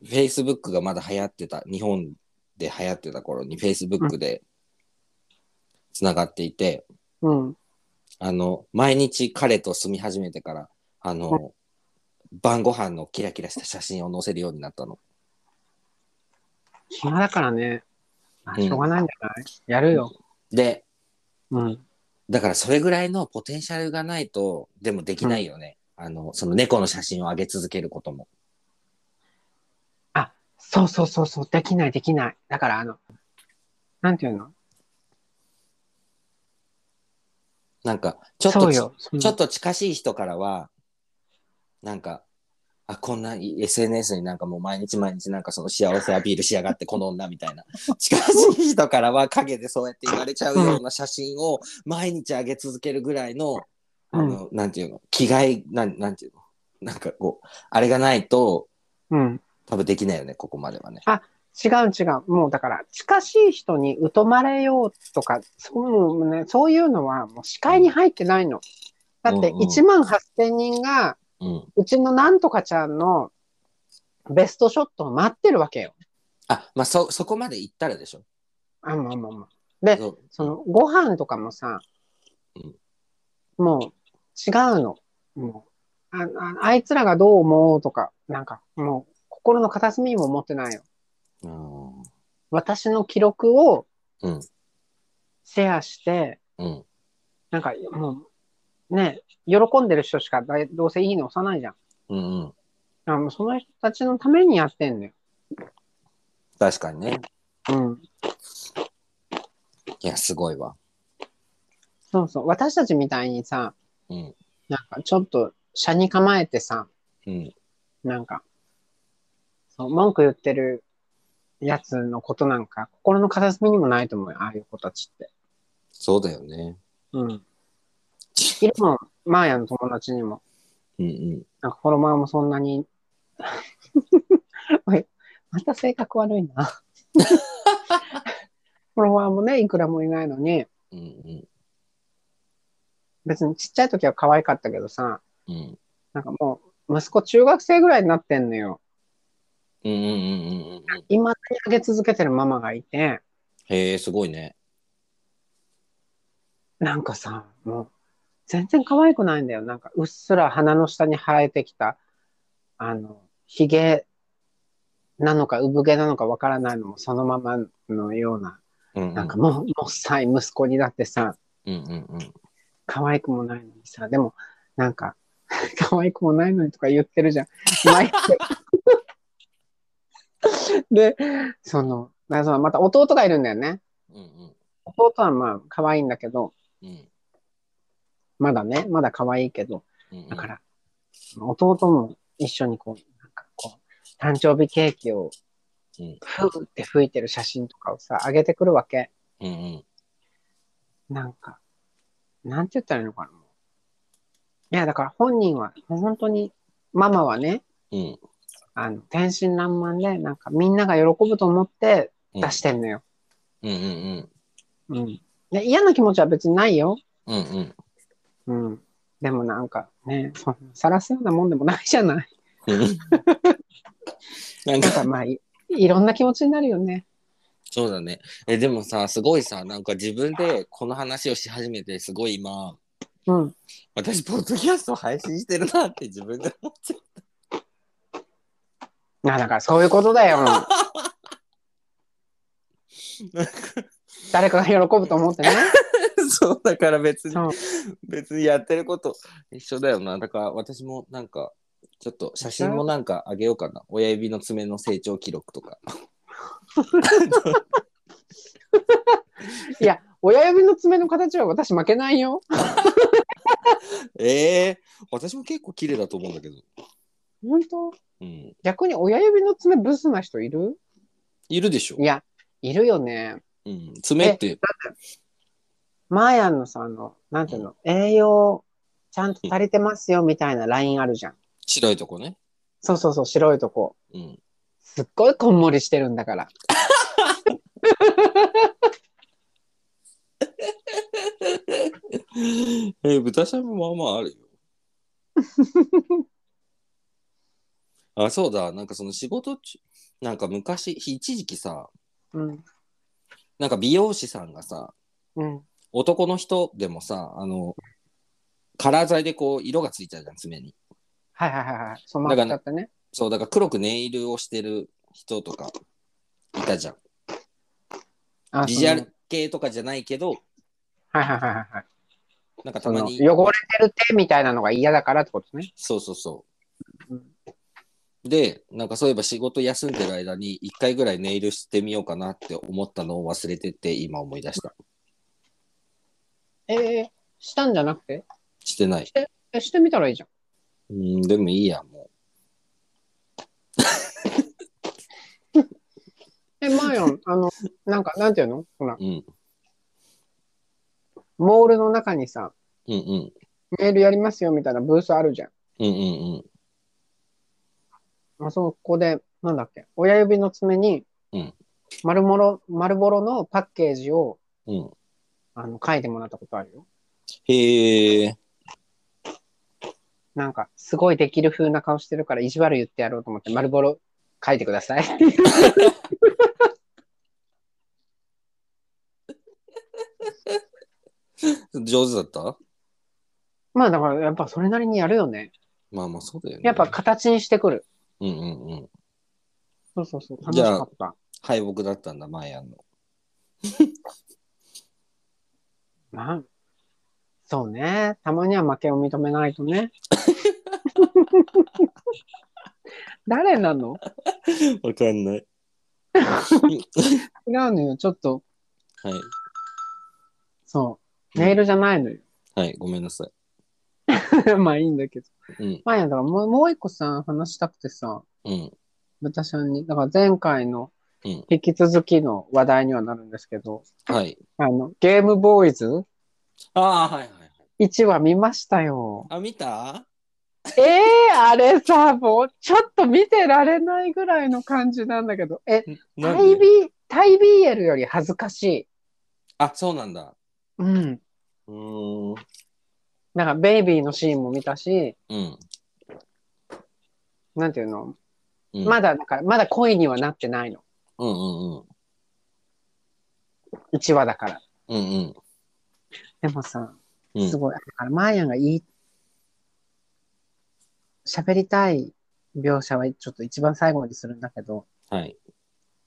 Facebook がまだ流行ってた、日本で流行ってた頃に Facebook でつながっていて、うん。あの、毎日彼と住み始めてから、あの、晩ご飯のキラキラした写真を載せるようになったの。暇だからね。あうんしょうがないんじゃない、やるよ。で、うん。だからそれぐらいのポテンシャルがないと、でもできないよね。あの、その猫の写真を上げ続けることも。そうそうそうそう、できないできない。だからあの、なんていうのなんか、ちょっそとうち、よ。そのちょっと近しい人からは、なんか、あ、こんな SNS になんかもう毎日毎日なんかその幸せアピールしやがってこの女 みたいな。近しい人からは陰でそうやって言われちゃうような写真を毎日上げ続けるぐらいの、あの、なんていうの、気概、なん、なんていうの、なんかこう、あれがないとうん。多分できないよね、ここまではね。違う違う。もうだから、近しい人に疎まれようとか、そうもうね、そういうのはもう視界に入ってないの。だってうんうん1万8000人が、うん。うちのなんとかちゃんのベストショットを待ってるわけよ。あ、まあ、そ、そこまで行ったらでしょ。あ、まあまあまあ。で、そうその、ご飯とかもさ、もう違うの。もうああ、あいつらがどう思おうとか、なんかもう心の片隅にも思ってないよ。うん。私の記録をうんシェアして、うん。なんかもう、ね、喜んでる人しかだいどうせいいの押さないじゃん。うんうん。だからもうその人たちのためにやってんだよ。確かにね。うん。いや、すごいわ。そうそう。私たちみたいにさ、うん。なんかちょっと、車に構えてさ、うん。なんか、そう文句言ってるやつのことなんか、心の片隅にもないと思うよ、ああいう子たちって。そうだよね。うん。 いるもん、マーヤの友達にも、うんうん。なんかフォロワーもそんなに、 おいまた性格悪いな。 フォロワーもね、いくらもいないのに、うんうん。別にちっちゃい時は可愛かったけどさ、うん。なんかもう、息子中学生ぐらいになってんのよ。うんうんうんうんうんうん。今に上げ続けてるママがいて、へえ、すごいね。なんかさ、もう、全然可愛くないんだよ。なんか、うっすら鼻の下に生えてきた、あの、ヒゲなのか、産毛なのかわからないのも、そのままのような、うんうん。なんかもう、もっさい息子にだってさ、うんうんうん。可愛くもないのにさ、でも、なんか、 可愛くもないのにとか言ってるじゃん。毎回で、その、だからそのまた弟がいるんだよね。うん弟はまあ、可愛いんだけど、うん。うんまだね、まだ可愛いけど、うん。だから、弟も一緒にこう、なんかこう、誕生日ケーキをうん、ふーって吹いてる写真とかをさ、上げてくるわけ。うんうん。なんか、なんて言ったらいいのかな。もういや、だから本人は、もう本当に、ママはね、うん。あの、天真爛漫で、なんかみんなが喜ぶと思って出してんのよ。うんうんうん。うん。で嫌な気持ちは別にないよ。うんうん。うん。でもなんかね、そんな晒すようなもんでもないじゃない。うんなんなんかか、まあい、いろんな気持ちになるよね。そうだね。え、でもさ、すごいさ、なんか自分でこの話をし始めて、すごい今、うん。私、ポッドキャストを配信してるなって自分で思っちゃう。なだからそういうことだよ。誰かが喜ぶと思ってね。そう、だから別にそう、別にやってること一緒だよな。だから私もなんか、ちょっと写真もなんかあげようかな。親指の爪の成長記録とか。いや、親指の爪の形は私負けないよ。ええ私も結構綺麗だと思うんだけど。本当うん。逆に親指の爪ブスな人いるいるでしょい。や、いるよね。うん。爪って、マーヤンのさ、あの、なんていうの、栄養ちゃんと足りてますよみたいなラインあるじゃん。白いとこね。そうそうそう、白いとこ。うん。すっごいこんもりしてるんだから。え豚しゃぶもまあまああるよ。あ、そうだ。なんかその仕事中、なんか昔、一時期さ、うん。なんか美容師さんがさ、うん。男の人でもさあのカラー剤でこう色がついちゃうじゃん爪にはいはいはいはい。そう、まっちゃってね。そうだから黒くネイルをしてる人とかいたじゃんあビジュアそル系とかじゃないけどのはいはいはいはいはい。なんかたそまのに汚れてる手みたいなのが嫌だからってことね。そうそうそううでなんかそういえば仕事休んでる間に1回ぐらいネイルしてみようかなって思ったのを忘れてて今思い出したええしたんじゃなくてしてないえしてみたらいいじゃん。うんでもいいやもえ、マーヨン、あの、なんか、なんていうのほら、う、うん、モールの中にさ、うんうんメールやりますよみたいなブースあるじゃうんうんん。あそこで、なんだっけ、親指の爪にうん、丸もろ、丸ボロのパッケージを、うんうんあの、書いてもらったことあるよ。へえなんか、すごいできる風な顔してるから、意地悪言ってやろうと思って、丸ボロ書いてください。 上手だったまあ、だから、やっぱそれなりにやるよね。まあまあそうだよねやっぱ形にしてくる。うんうんうんそうそうそう。楽しじゃあかった。敗北だったんだ、マヤンの。まあ、そうね。たまには負けを認めないと ね。誰なのわかんない。違うのよ。ちょっと、はい。そう。ネイルじゃないのよ。 はい、ごめんなさい。まあいいんだけど。うん。まあやだからもう、もう一個さ、話したくてさ、うん。豚ちゃんに。だから前回のうん引き続きの話題にはなるんですけど、はい。あの、ゲームボーイズああ、はいはいはい。 1話見ましたよ。あ、見たええあれさ、もうちょっと見てられないぐらいの感じなんだけど、え、なタんイでビー、タイビーエルより恥ずかしい。あ、そうなんだ。うん。うーん。なんかベイビーのシーンも見たし、うん。なんていうの、うん、まだ、だから、まだ恋にはなってないの。うんうんうん。 1話だから。うんうん。でもさ、うんすごい。だから、マーヤンがいい、喋りたい描写はちょっと一番最後にするんだけど、はい。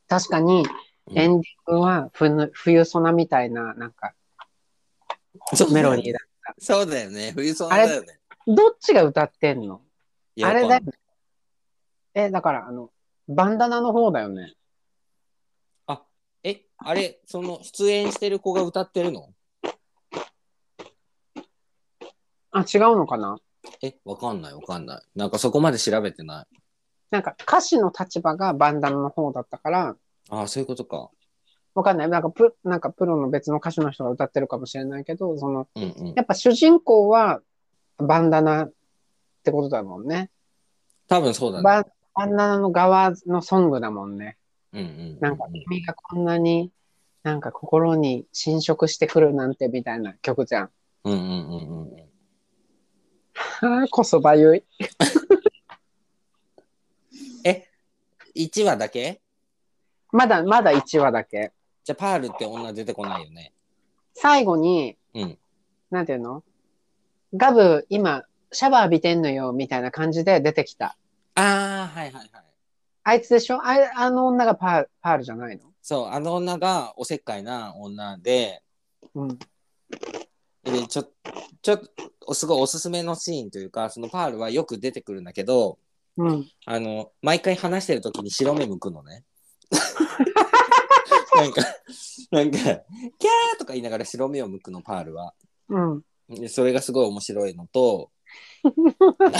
確かにうんエンディングはふぬ冬ソナみたいな、なんか、メロディーだ。そうだよね。冬ソナだよね。どっちが歌ってんのいやあれだわよかんね。え、だから、あの、バンダナの方だよね。え、あれ、その、出演してる子が歌ってるのあ、違うのかなえ、わかんないわかんない。なんかそこまで調べてない。なんか歌詞の立場がバンダナの方だったから、ああ、そういうことか。わかんない。なんかプなんかプロの別の歌手の人が歌ってるかもしれないけど、その、うんうんや。っぱ主人公はバンダナってことだもんね。多分そうだね。バンバンダナの側のソングだもんね。うんうん。なんか君がこんなになんか心に侵食してくるなんてみたいな曲じゃん。うんうんうんうんうん。はあ、こそばゆい。 1話だけまだまだ1話だけ。じゃあ、パールって女出てこないよね。最後に、うんなんていうのガブ、今、シャワー浴びてんのよ、みたいな感じで出てきた。ああ、はいはいはい。あいつでしょあいあの女がパールパールじゃないのそう、あの女がおせっかいな女で、うん。でちょちょっとすごいおすすめのシーンというかそのパールはよく出てくるんだけどうん。あの毎回話してる時に白目向くの ね。なんかなんか「キャー!」とか言いながら白目を向くのパールは。うん。でそれがすごい面白いの とな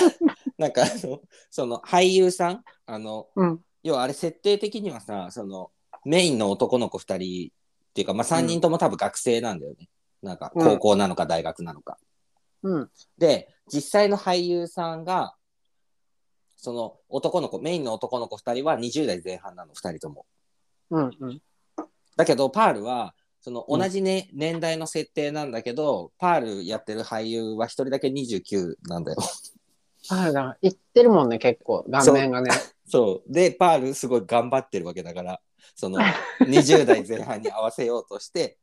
なんかあのその俳優さんあのうん。要はあれ設定的にはさそのメインの男の子2人っていうか、まあ、3人とも多分学生なんだよね、なんか高校なのか大学なのか。うん。で実際の俳優さんがその男の子メインの男の子2人は20代前半なの2人ともうん。うん。だけどパールはそのうん同じ、ね年代の設定なんだけどパールやってる俳優は1人だけ29なんだよパールだ。言ってるもんね、結構。顔面がね。そうでパールすごい頑張ってるわけだからそ の20代前半に合わせようとして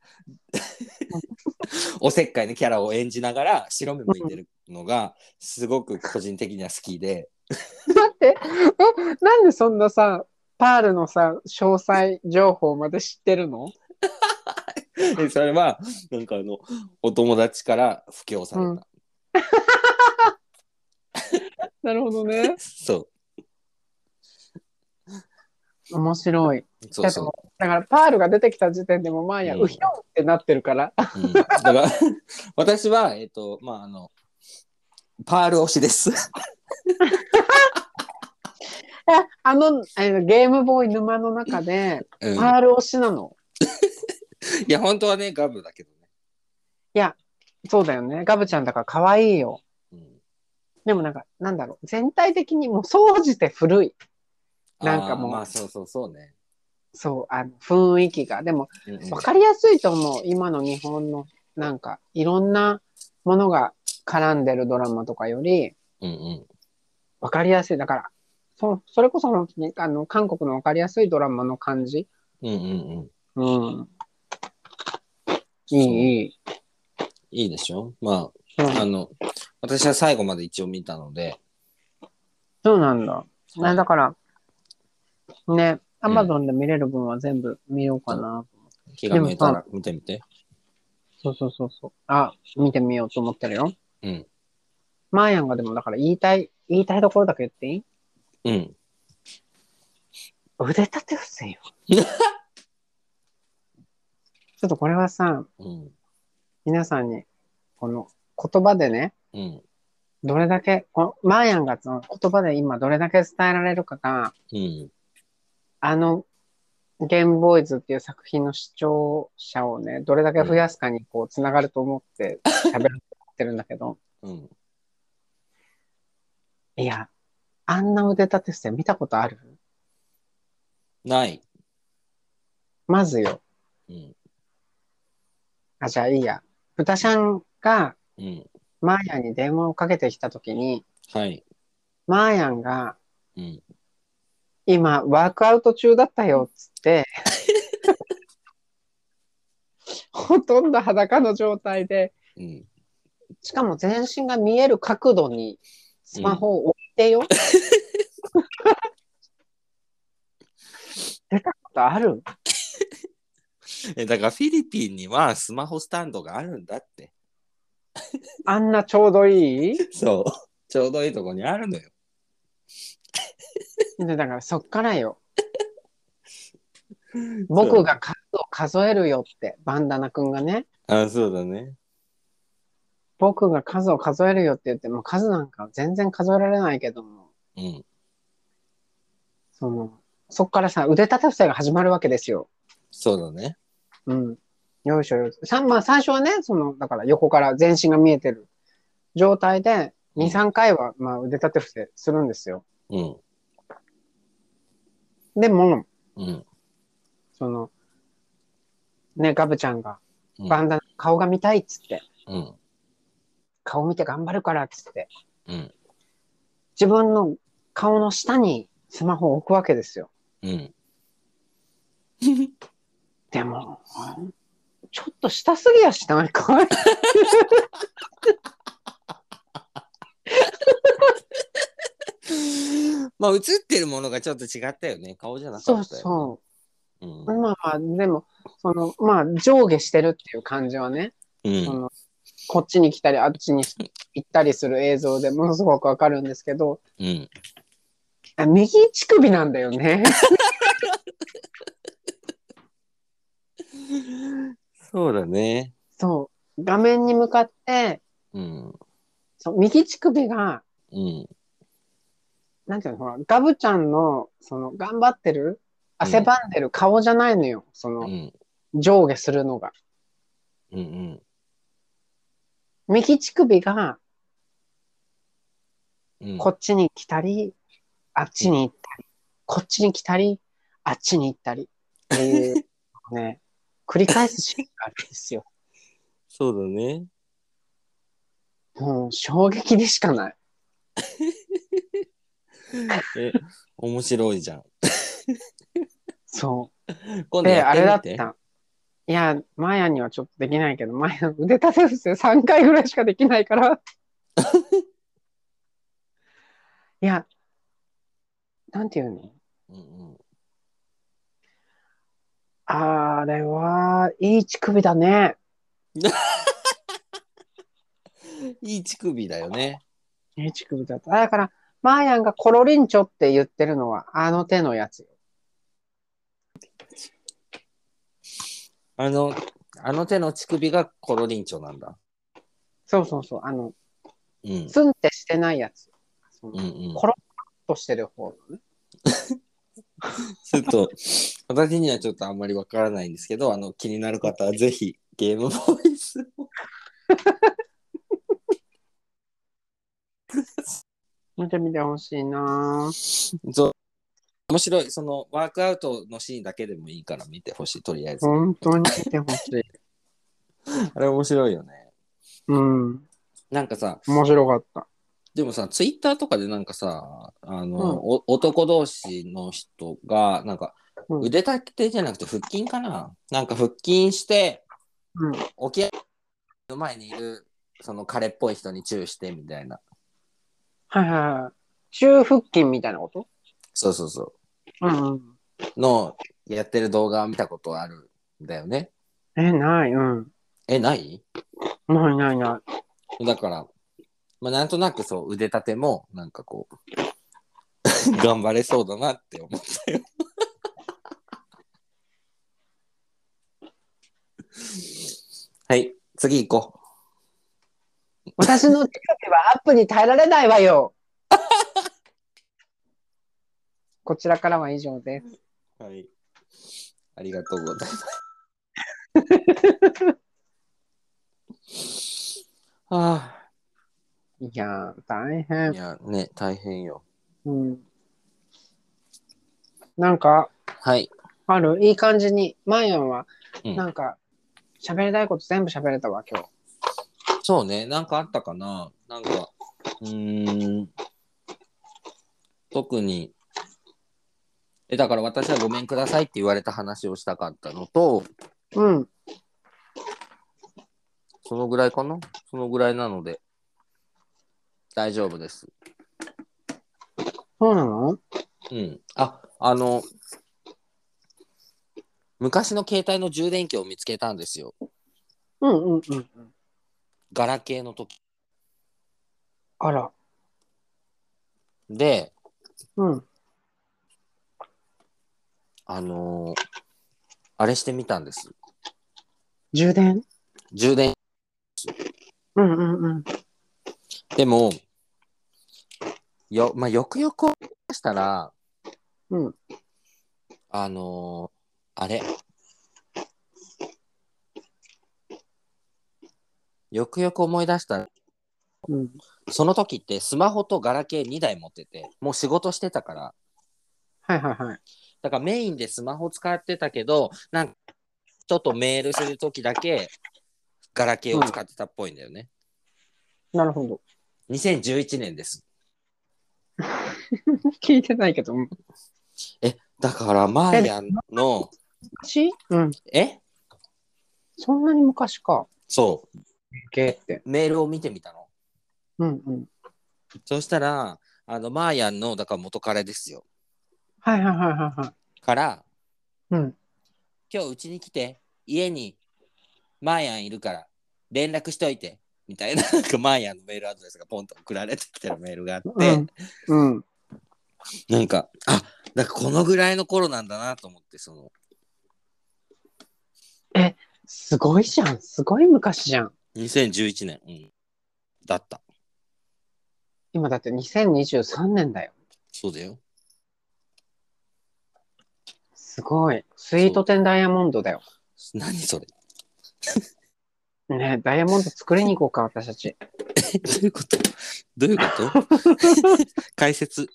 おせっかいのキャラを演じながら白目向いてるのがすごく個人的には好きで待って。え、 なんでそんなさ、パールのさ、詳細情報まで知ってるのでそれはなんかあのお友達から布教された、うんなるほどね。そ面白い。うそうそだから、パールが出てきた時点でも、まあいや、うんうひょんってなってるから。う、うん、だから私はえっ、とまああのパール推しですあ あの、あのゲームボーイ沼の中で、うん、パール推しなの。いや本当はねガブだけどね、そうだよね。ガブちゃんだから可愛いよ。うんでもなんか、なんだろう。全体的にもう、総じて古い。あーなんかもうまあそうそうそうね、そう、あの、雰囲気が。でも、うんうんわかりやすいと思う。今の日本の、なんか、いろんなものが絡んでるドラマとかより、うんわかりやすい。だから、そそれこそ本当に、あの、韓国のわかりやすいドラマの感じ。うんうんうんうんうん。いい、いい。いいでしょまうああん、の私は最後まで一応見たのでそうなんだ。ね、だから、ね、アうんマゾンで見れる分は全部見ようかな。気が向いたら見てみてそうそうそうそう。あ、見てみようと思ってるよ。うん。マーヤンがでもだから言いたい、言いたいところだけ言っていいうん腕立て伏 せよ。ちょっとこれはさ、うん皆さんに、この言葉でね、うんどれだけ、このマーヤンがその言葉で今どれだけ伝えられるかが、うんあの、ゲームボーイズっていう作品の視聴者をね、どれだけ増やすかにこう、つながると思って喋ってるんだけど、 うんいや、あんな腕立て伏せ見たことあるない、まずよ。うんあ、じゃあいいや。豚ちゃんがうん、マーヤンに電話をかけてきたときに、はい、マーヤンがうん、今ワークアウト中だったよっつ って、ほとんど裸の状態で、うんしかも全身が見える角度にスマホを置いてよ。出たことあるえだからフィリピンにはスマホスタンドがあるんだって。あんなちょうどいいそう。ちょうどいいとこにあるのよ。でだからそっからよ。僕が数を数えるよってバンダナ君がねあ、そうだね。僕が数を数えるよって言っても数なんか全然数えられないけどもうん。そのそっからさ腕立て伏せが始まるわけですよ。そうだね。うん。よいしょよいしょ。さまあ、最初はね、その、だから横から全身が見えてる状態で、うん2、3回は、まあ、腕立て伏せするんですよ。うん。でも、うん。その、ね、ガブちゃんが、うんバンダナ、顔が見たいっつって、うん。顔見て頑張るからっつって、うん。自分の顔の下にスマホを置くわけですよ。うん。でも、ちょっと下すぎやしないか いまあ映ってるものがちょっと違ったよね顔じゃなかそったよ、うね、、そうんう。まあまあ、でも、その、まあ、上下してるっていう感じはね、うんそのこっちに来たり、あっちに行ったりする映像でものすごくわかるんですけど、うんあ右乳首なんだよね。 そうだねそう。画面に向かって、うんそう右乳首が、うんなんていうの、ほら、ガブちゃんの、その、頑張ってる、汗ばんでる顔じゃないのよ。そうの、んうん上下するのが。うん右乳首が、うんこっちに来たり、あっちに行ったり、こっちに来たり、あっちに行ったりっていう、 ね、繰り返すシーンがあるんですよ。そうだねもう、衝撃でしかない。え 面白いじゃんそう。今度で、やあってれだっみてた。いや、マヤにはちょっとできないけど、マヤ腕立て伏せ3回ぐらいしかできない から。いや、なんていうのうんうんあれは、いい乳首だね。いい乳首だよねいい乳首だった。だから、マーヤンがコロリンチョって言ってるのは、あの手のやつよ。あのあの手の乳首がコロリンチョなんだそうそうそう。あの、うんツンってしてないやつ。そうんうのんコロッとしてる方のね。ちょっと、私にはちょっとあんまりわからないんですけど、あの、気になる方はぜひ、ゲームボーイスを。見てみてほしいなぁそう面白い、その、ワークアウトのシーンだけでもいいから見てほしい、とりあえず。本当に見てほしい。あれ面白いよね。うん。なんかさ、面白かった。でもさ、ツイッターとかでなんかさ、あの、うんお男同士の人が、なんか、うん腕立てじゃなくて腹筋かな、なんか腹筋して、うん起き上がるの前にいる、その彼っぽい人にチューしてみたいな。はいはいはい。中腹筋みたいなことそうそうそうう。ん、うん。のやってる動画を見たことあるんだよね。え、ない、うん。え、ないないないない。だから、まあ、なんとなくそう腕立てもなんかこう 頑張れそうだなって思ったよ。 はい次行こ私の乳首はアップに耐えられないわよ こちらからは以上です。う。はいありがとうございます。 はいやー、大あ、変い。やね大変よ。うん。なんか、はい。あるいい感じに、マイアンは、うんなんか、喋りたいこと全部喋れたわ、今日。そうね、なんかあったかな。なんか、うーん、特に、え、だから私はごめんくださいって言われた話をしたかったのと、うん。そのぐらいかなそのぐらいなので、大丈夫です。そうなのうん。あ、あの、昔の携帯の充電器を見つけたんですよ。うんうんうんうん。ガラケーの時。あら。で、うん。あのーあれしてみたんです。充電充電うんうんうん。でも、よ、まあ、よくよく思い出したら、うん。あのーあれ。よくよく思い出したら、うん。その時ってスマホとガラケー2台持ってて、もう仕事してたから、はいはいはい。だからメインでスマホ使ってたけど、なんか、人とメールする時だけ、ガラケーを使ってたっぽいんだよね。なるほど。 2011年です。聞いてないけど。うんだから、マーヤンの昔うん。えそんなに昔か。そゲーって。う。メールを見てみたの。うんうん。そしたら、あの、マーヤンの、だから元彼ですよ。はいはいはいはいはい。から、うん。今日うちに来て、家にマーヤンいるから、連絡しといて、みたいな、なんかマーヤンのメールアドレスがポンと送られてきてるメールがあって、うんうん。なんか、あなんかこのぐらいの頃なんだなと思って、その、すごいじゃん。すごい昔じゃん。 2011年、うん、だった。今だって2023年だよ。そうだよ。すごい。スイートテンダイヤモンドだよ。何それねダイヤモンド作りに行こうか、私たち。どういうことどういうこと 解説。い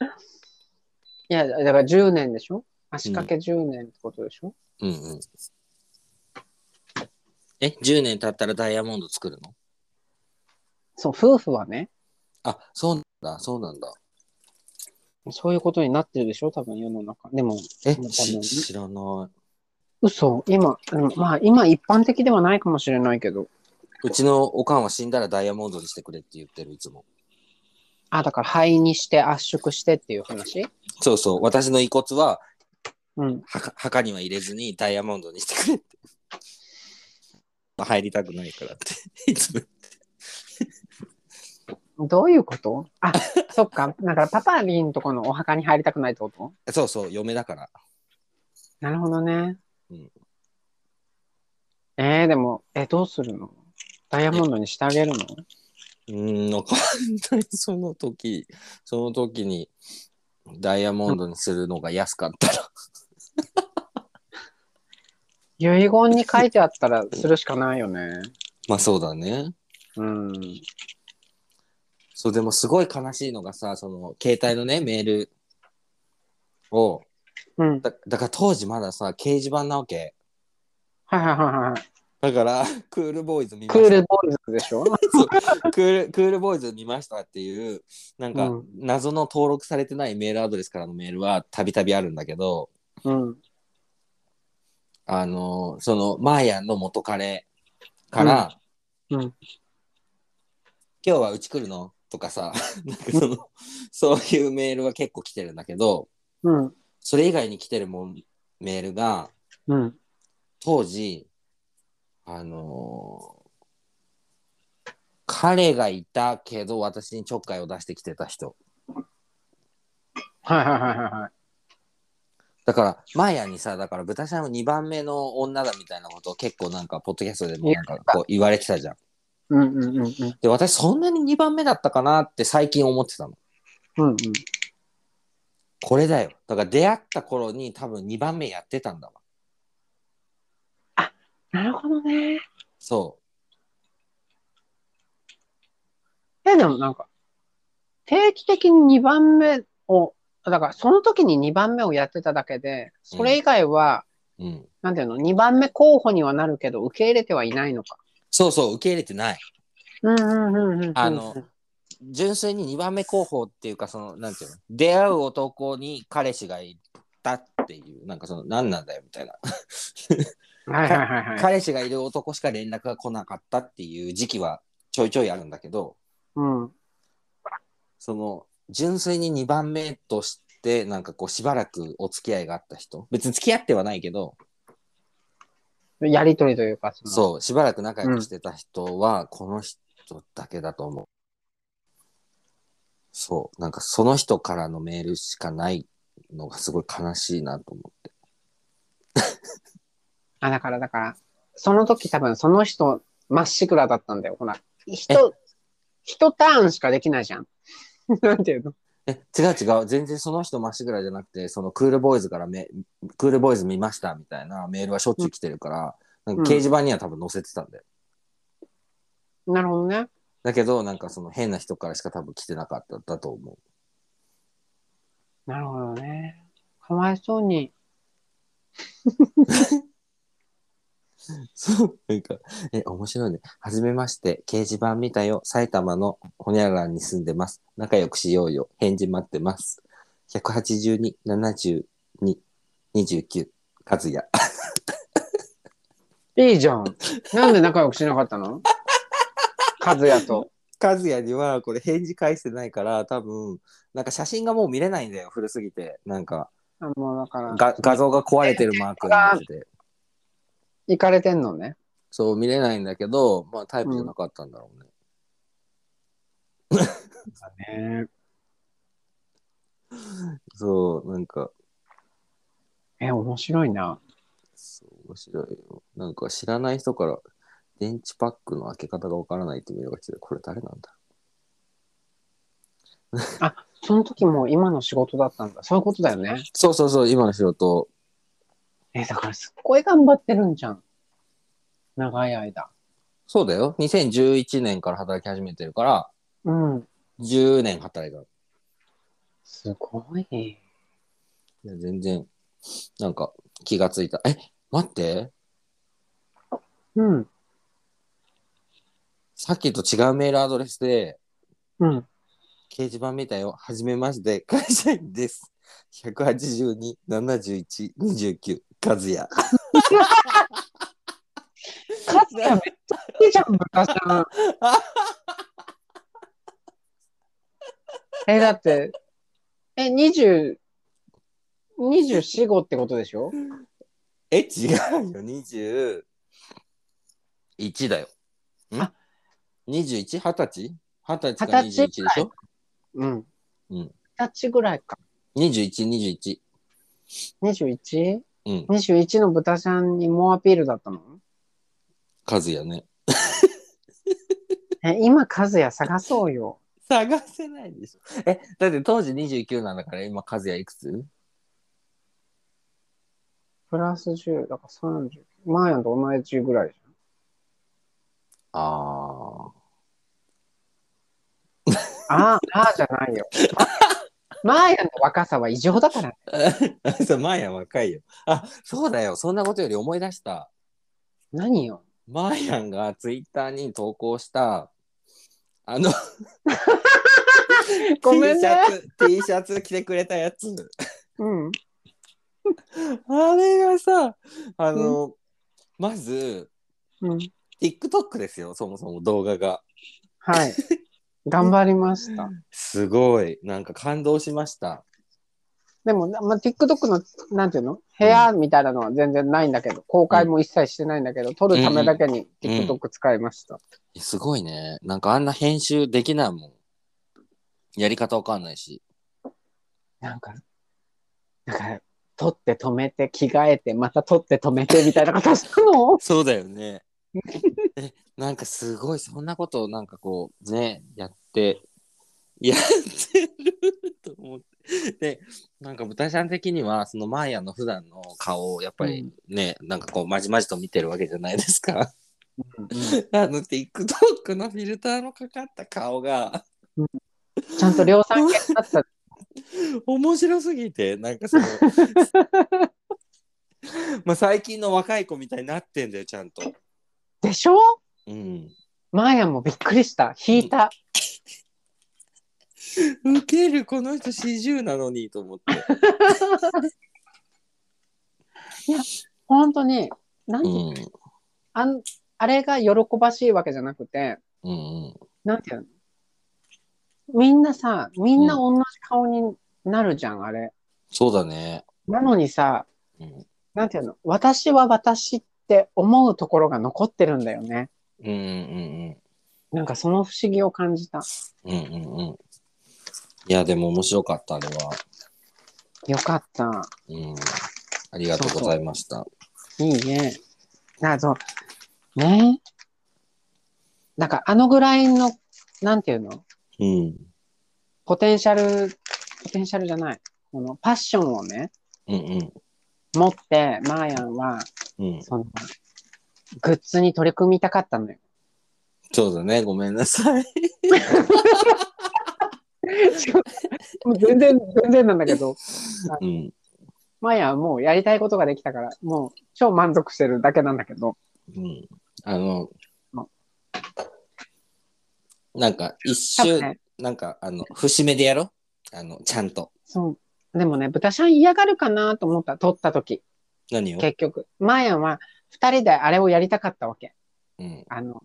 や、だから10年でしょ足掛け10年ってことでしょ、うんうん。え、10年経ったらダイヤモンド作るのそう、夫婦はね、あ、そうなんだ、そうなんだ。そういうことになってるでしょ多分世の中。でも、え、まあ多し分知らない。嘘今、うんまあ今一般的ではないかもしれないけど。うちのおかんは死んだらダイヤモンドにしてくれって言ってる、いつも。あ、だから灰にして圧縮してっていう話そうそう、私の遺骨はうん。墓墓には入れずにダイヤモンドにしてくれって。入りたくないから って。いつも。どういうこと あ、そっか。だからパパリンとこのお墓に入りたくないってことそうそう、嫁だから。なるほどね。うんえー、でも、え、どうするのダイヤモンドにしてあげるのうーん、わかんない。その時、その時にダイヤモンドにするのが安かったら。遺言に書いてあったらするしかないよね。まあそうだね。うん。そう、でもすごい悲しいのがさ、その携帯のね、メールを、うん。だだから当時まださ、掲示板なわけ。はいはいはいはい。だから、 クールボーイズ見まクーした。ルボーイズでしょクール、クールボーイズ見ましたっていう、なんか、うん謎の登録されてないメールアドレスからのメールはたびたびあるんだけど、うん。あのーその、マーヤンの元彼から、うんうん今日はうち来るのとかさ、 なんかその、そういうメールは結構来てるんだけど、うん。それ以外に来てるもんメールが、うん。当時、あのー彼がいたけど私にちょっかいを出してきてた人。はいはいはいはいはい。だから、マヤにさ、だから、豚ちゃんは2番目の女だみたいなことを結構なんか、ポッドキャストでもなんかこう言われてたじゃん。うんうんうんうん。で、私そんなに2番目だったかなって最近思ってたの。うんうん。これだよ。だから出会った頃に多分2番目やってたんだわ。なるほどね。そえ、でもなんか、定期的に2番目を、だからその時に2番目をやってただけで、それ以外は、う。うん。なんていうの、2番目候補にはなるけど、受け入れてはいないのか。そうそう、受け入れてない。うんうんうんうん。あの、純粋に2番目候補っていうか、その、なんていうの、出会う男に彼氏がいたっていう、なんかその、何なんだよみたいな。はいはいはいはい。彼氏がいる男しか連絡が来なかったっていう時期はちょいちょいあるんだけど、うん。その純粋に2番目としてなんかこうしばらくお付き合いがあった人別に付き合ってはないけど、やりとりというか、そのそうしばらく仲良くしてた人はこの人だけだと思う、そうなんかその人からのメールしかないのがすごい悲しいなと思ってあ、だからだから、その時多分その人、まっしぐらだったんだよ。ほら、人、一ターンしかできないじゃん。 なんていうのえ違う違う全然その人まっしぐらじゃなくてそのクールボーイズからめクールボーイズ見ましたみたいなメールはしょっちゅう来てるから、なんか掲示板には多分載せてたんだよなるほどね。だけど、なんかその変な人からしか多分来てなかったんだと思う。なるほどね。かわいそうに。そう、なんか、え、面白いね。はじめまして、掲示板見たよ。埼玉のホニャララに住んでます。仲良くしようよ。返事待ってます。182、72、29、和也。いいじゃん。なんで仲良くしなかったの 和也と。和也にはこれ返事返してないから多分なんか写真がもう見れないんだよ古すぎてなんかあもうだから、が画像が壊れてるマークになってて行かれてんのね。そう見れないんだけどまあタイプじゃなかったんだろうね、ねそうなんかえ、面白いな。そう面白いよなんか知らない人から電池パックの開け方がわからないってメールが来てこれ誰なんだその時も今の仕事だったんだ。そういうことだよね。そうそうそう今の仕事え、だからすっごい頑張ってるんじゃん。長い間。そうだよ2011年から働き始めてるからうん。 10年働いたすごい。いや、全然、なんか気がついた。え、待って、うん。さっきと違うメールアドレスで、うん。掲示板見たよ。はじめまして、会社員です。182、71、29、和也。かつてめっちゃ好きじゃん、ムカ さん。え、だって、え、20、24、5ってことでしょえ、違うよ。21だよ。んあ ?21? 二十歳二十歳か二21十歳ぐでしらいょうん。うん二十歳ぐらいか。 ?21、21。 21?21 うん、の豚ちゃんに猛アピールだったの和也ね。え、今、和也探そうよ。探せないでしょ。え、だって当時29なんだから、今、和也いくつプラス10、だから30。マーヤンと同じぐらいじああ。ゃん。あーあーじゃないよ。 マーヤンの若さは異常だからね。 そう、マーヤ若いよ。あ、そうだよ。そんなことより思い出した。何よ。マーヤンがツイッターに投稿した、あの、ごめん T シねャ。ツ、T シャツ着てくれたやつ。うん。あれがさ、あの、まず、うん。 TikTok ですよ、そもそも動画が。はい。頑張りました。すごい。なんか感動しました。でも、なまあ、TikTok の、なんていうの部屋みたいなのは全然ないんだけど、公開も一切してないんだけど、撮るためだけにうん TikTok 使いました。すごいね。なんかあんな編集できないもん。やり方わかんないし。なんか、なんか、撮って止めて、着替えて、また撮って止めてみたいなことしたのそうだよ ね。え、なんかすごい、そんなことをなんかこう、ね、やって、やってると思って。で、なんか豚ちゃん的には、そのマーヤの普段の顔をやっぱりね、なんかこう、まじまじと見てるわけじゃないですか。 あの、TikTok のフィルターのかかった顔が、ちゃんと量産系だった。面白すぎて、なんか その、まあ最近の若い子みたいになってんだよ、ちゃんと。でしょうん。マーヤもびっくりした。引いた。ウケるこの人40なのにと思って。本当に、なんていうのうんあんあれが喜ばしいわけじゃなくて、うんなんていうのみんなさ、みんな同じ顔になるじゃん、あれ。そうだね。なのにさ、うんなんていうの私は私って思うところが残ってるんだよね。うんうんなんかその不思議を感じた。うんうんうんうん。いや、でも面白かった、あれは。よかった。うん。ありがとうございました。いいね。なそう。ねなんかあのぐらいの、なんていうのうん。ポテンシャル、ポテンシャルじゃない。このパッションをね、うん持って、マーヤンは、うん。うん。その、グッズに取り組みたかったのよ。そうだね。ごめんなさい。もう全然、全然なんだけど、うん。マヤはもうやりたいことができたから、もう超満足してるだけなんだけど、うん。あのあ、なんか一多分瞬、ね、なんかあの、節目でやろうあの、ちゃんと。そう。でもね、豚ちゃん嫌がるかなと思った、撮った時何を結局。マヤは、二人であれをやりたかったわけ。うん。あの、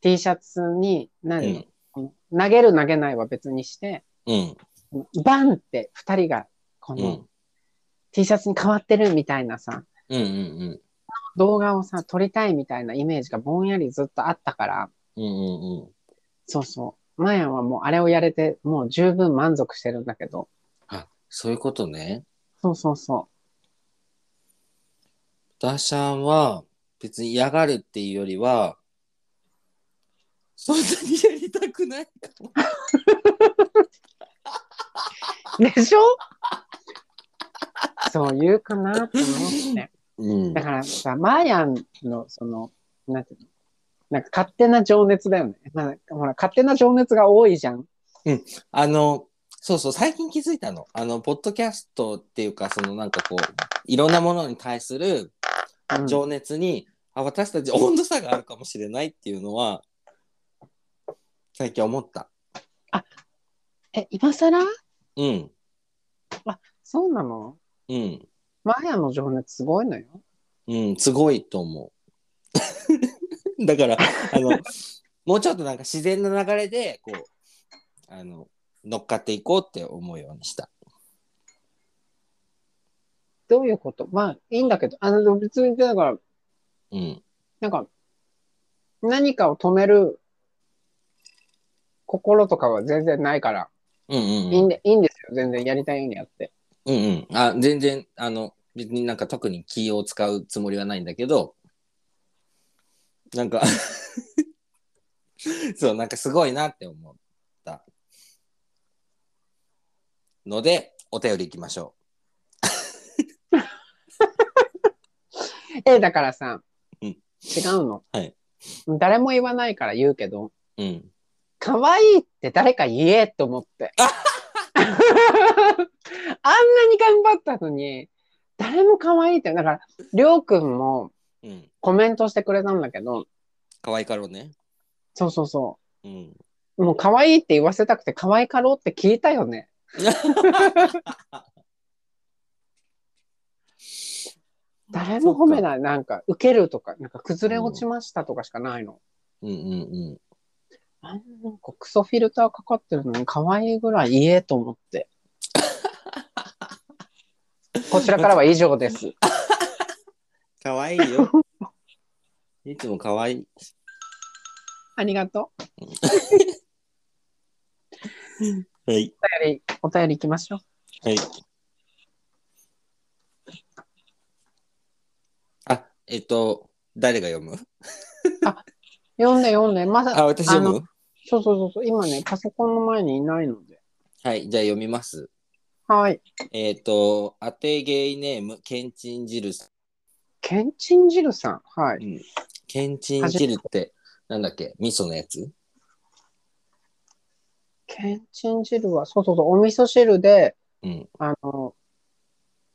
T シャツに、う何、ん。投げる投げないは別にして、うん。バンって二人が、こうのん。 T シャツに変わってるみたいなさ、うん。うん。動画をさ、撮りたいみたいなイメージがぼんやりずっとあったから、うん。うん。うん。そうそう。マヤはもうあれをやれて、もう十分満足してるんだけど、あ、そういうことね。そうそうそダシャンは別に嫌がるっていうよりは、そんなにやりたくないかも。う。でしょ そう言うかなって思って。うんだからさ、マーヤンの、その、なんていうのなんか勝手な情熱だよね。まあ、ほら、勝手な情熱が多いじゃん。あの、そうそう、最近気づいたの。あの、ポッドキャストっていうか、そのなんかこう、いろんなものに対するうん情熱に、あ私たち温度差があるかもしれないっていうのは、最近思った。え、今更うん、そうなのうん、マーヤンの情熱すごいのよ。うん、すごいと思う。 だから、あの、もうちょっとなんか自然な流れで、こう、あの、乗っかっていこうって思うようにした。どういうことまあ、いいんだけど、あの、別に、だから、うん、なんか、何かを止める心とかは全然ないから、うん、うん、うんいいんでいいんですよ、全然やりたいようにやって。うんうん。あ、全然、あの、別になんか特に気を使うつもりはないんだけど、なんか、そう、なんかすごいなって思った。ので、お便りいきましょえ、だからさ、うん違うの、はい誰も言わないから言うけど、う。うん。可愛いって誰か言えと思って。あんなに頑張ったのに、誰も可愛いって、だから、りょうくんもうん。コメントしてくれたんだけど、可愛いかろうね。そうそうそう。うん。もう可愛いって言わせたくて可愛かろうって聞いたよね。誰も褒めない。なんか、受けるとか、なんか崩れ落ちましたとかしかないの。うんうんあん、なんかクソフィルターかかってるのに可愛いぐらい言えと思って。 こちらからは以上です。うん。わいいよ。 いつも可愛い。ありがとう。おはい。便り、お便り行きましょう。はい。あ、えっと、誰が読む読んで読んで。まだ、あ、私読あむのそうそうそうそう。今ね、パソコンの前にいないので。はい、じゃあ読みます。はい。えっ、と、当てゲイネーム、けんちん汁さけんちん汁さん。はん。い。うんけんちん汁って、なんだっけ味噌のやつけんちん汁は、そうそうそう。お味噌汁で、うん。あの、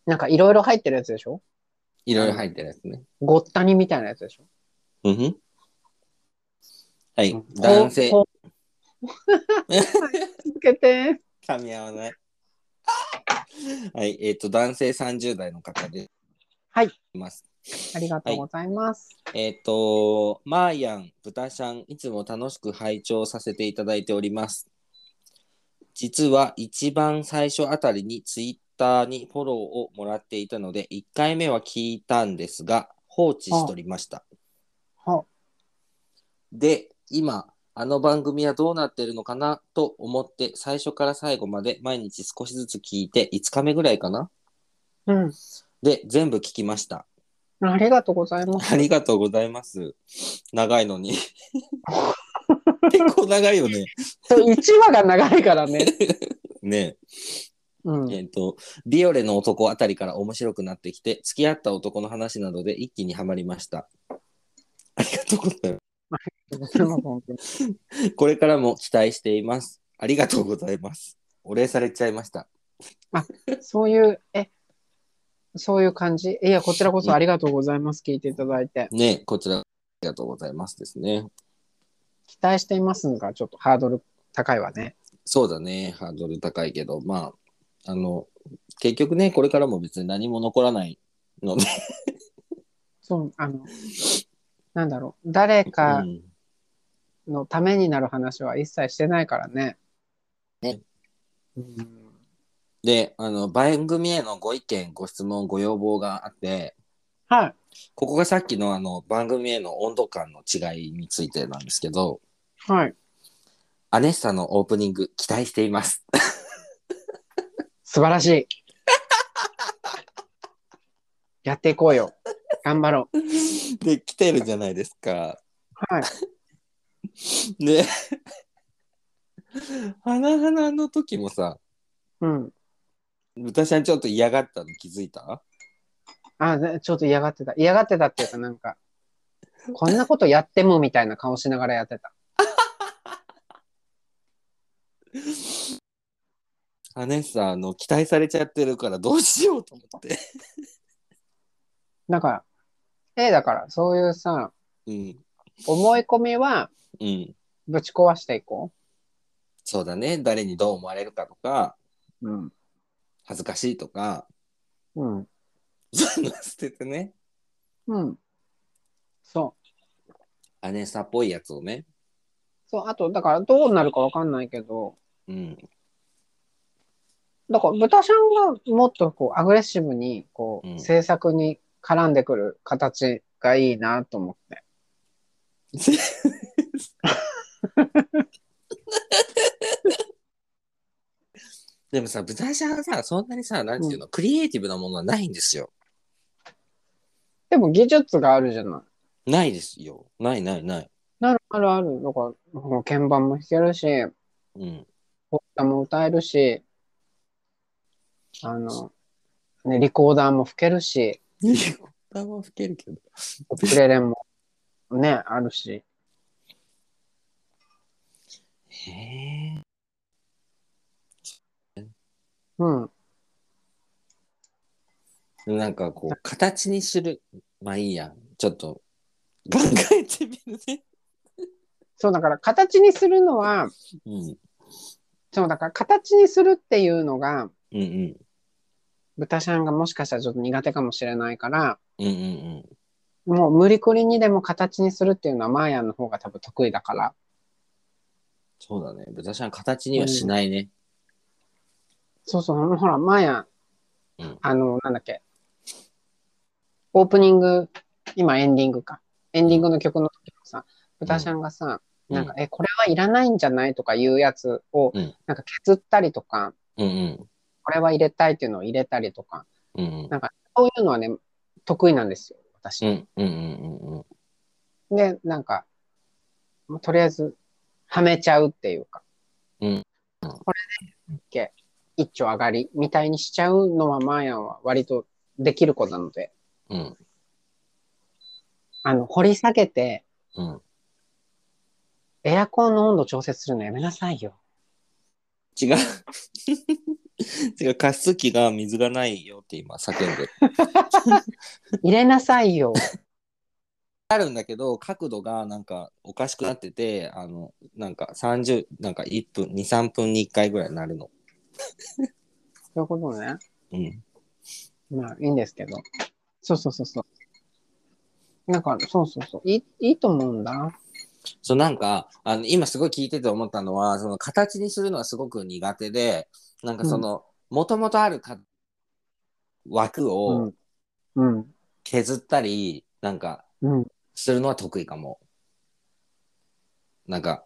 なんかいろいろ入ってるやつでしょいろいろ入ってるやつね。ごったにみたいなやつでしょうんふん。はい、うん男性。こう続けて。噛み合わない。はい、えっ、と、男性30代の方ではい。います。ありがとうございます。えっ、と、マーヤン、ブタシャン、いつも楽しく拝聴させていただいております。実は一番最初あたりにツイッターにフォローをもらっていたので、1回目は聞いたんですが、放置しておりました。はで、今、あの番組はどうなってるのかなと思って、最初から最後まで毎日少しずつ聞いて、5日目ぐらいかなうん。で、全部聞きました。ありがとうござい ます。ありがとうございます。長いのに。結構長いよね。そう、1話が長いから ね。ねうん。えっ、と、ビオレの男あたりから面白くなってきて、付き合った男の話などで一気にはまりました。ありがとうございま本当にす。これからも期待しています。ありがとうございます。お礼されちゃいました。 そういう、え、そういう感じ。いや、こちらこそありがとうございます。聞いていただいて。ねえこちら、ありがとうございますですね。期待していますが、ちょっとハードル高いわね。そうだね。ハードル高いけど、まあ、あの、結局ね、これからも別に何も残らないので、そう、あの、なんだろう、誰かうんのためになる話は一切してないからね。ねうん。で、あの、番組へのご意見、ご質問、ご要望があって、はい。ここがさっきのあの、番組への温度感の違いについてなんですけど、はい。アネッサのオープニング期待しています。素晴らしい。 やっていこうよ。頑張ろう。で、来てるじゃないですか。はい。 で、花々の時もさ、うん。豚ちゃんちょっと嫌がったの気づいたあ、ねちょっと嫌がってた。嫌がってたっていうか、なんか、こんなことやってもみたいな顔しながらやってた。アネッサあの期待されちゃってるからどうしようと思って。だから、A だから、そういうさ、 うん。思い込みはうん。ぶち壊していこそうだね。誰にどう思われるかとか、う。うん。恥ずかしいとか、 うん。そういうの捨ててね。うん。そう。アネッサっぽいやつをね。そう、あと、だから、どうなるかわかんないけど、うん。だから、豚さんがもっとこう、アグレッシブに、こうんう、制作に絡んでくる形がいいなと思って。でもさ、豚ちゃんはさ、そんなにさ、なんていうの、クリエイティブなものはないんですよ。でも、技術があるじゃない。ないですよ。ないないない。なるあるある。だから、もう鍵盤も弾けるし、うん。ポッタも歌えるし、あの、ね、リコーダーも吹けるし、歌は吹けるけど。ウクレレもね、あるし。へえ。うん。なんかこう、形にする。まあいいや。ちょっと、考えてみるね。そう、だから形にするのは、うん。そう、だから形にするっていうのが、うんうん。豚ちゃんがもしかしたらちょっと苦手かもしれないから、うんうんもう無理くりにでも形にするっていうのはマーヤンの方が多分得意だから。そうだね。豚ちゃん形にはしないね。そうそう、ほら、マーヤうンん、あの、なんだっけ、オープニング、今エンディングか。エンディングの曲の時もさ、豚ちゃんがさ、うんなんか、え、これはいらないんじゃないとかいうやつを、うんなんか削ったりとか、うんうん。これは入れたいっていうのを入れたりとか、うんうん。そういうのはね、得意なんですよ、私。うんうんうんうんうん。で、なんか、もうとりあえず、はめちゃうっていうか、うんうんこれで、OK 一丁上がりみたいにしちゃうのは、マーヤンは割とできる子なので、うんあの、掘り下げて、うん。エアコンの温度調節するのやめなさいよ。違う。 違う。加湿器が水がないよって今叫んでる。入れなさいよ。あるんだけど、角度がなんかおかしくなってて、あの、なんか30、なんか1分、2、3分に1回ぐらいなるの。そういうことね。うん。まあ、いいんですけど。そうそうそうそう。なんか、そうそうそう。いい、いいと思うんだ。そう、なんか、あの、今すごい聞いてて思ったのは、その形にするのはすごく苦手で、なんかその、もともとあるか枠うをん。うん。削ったり、なんか、うん。するのは得意かも。なんか、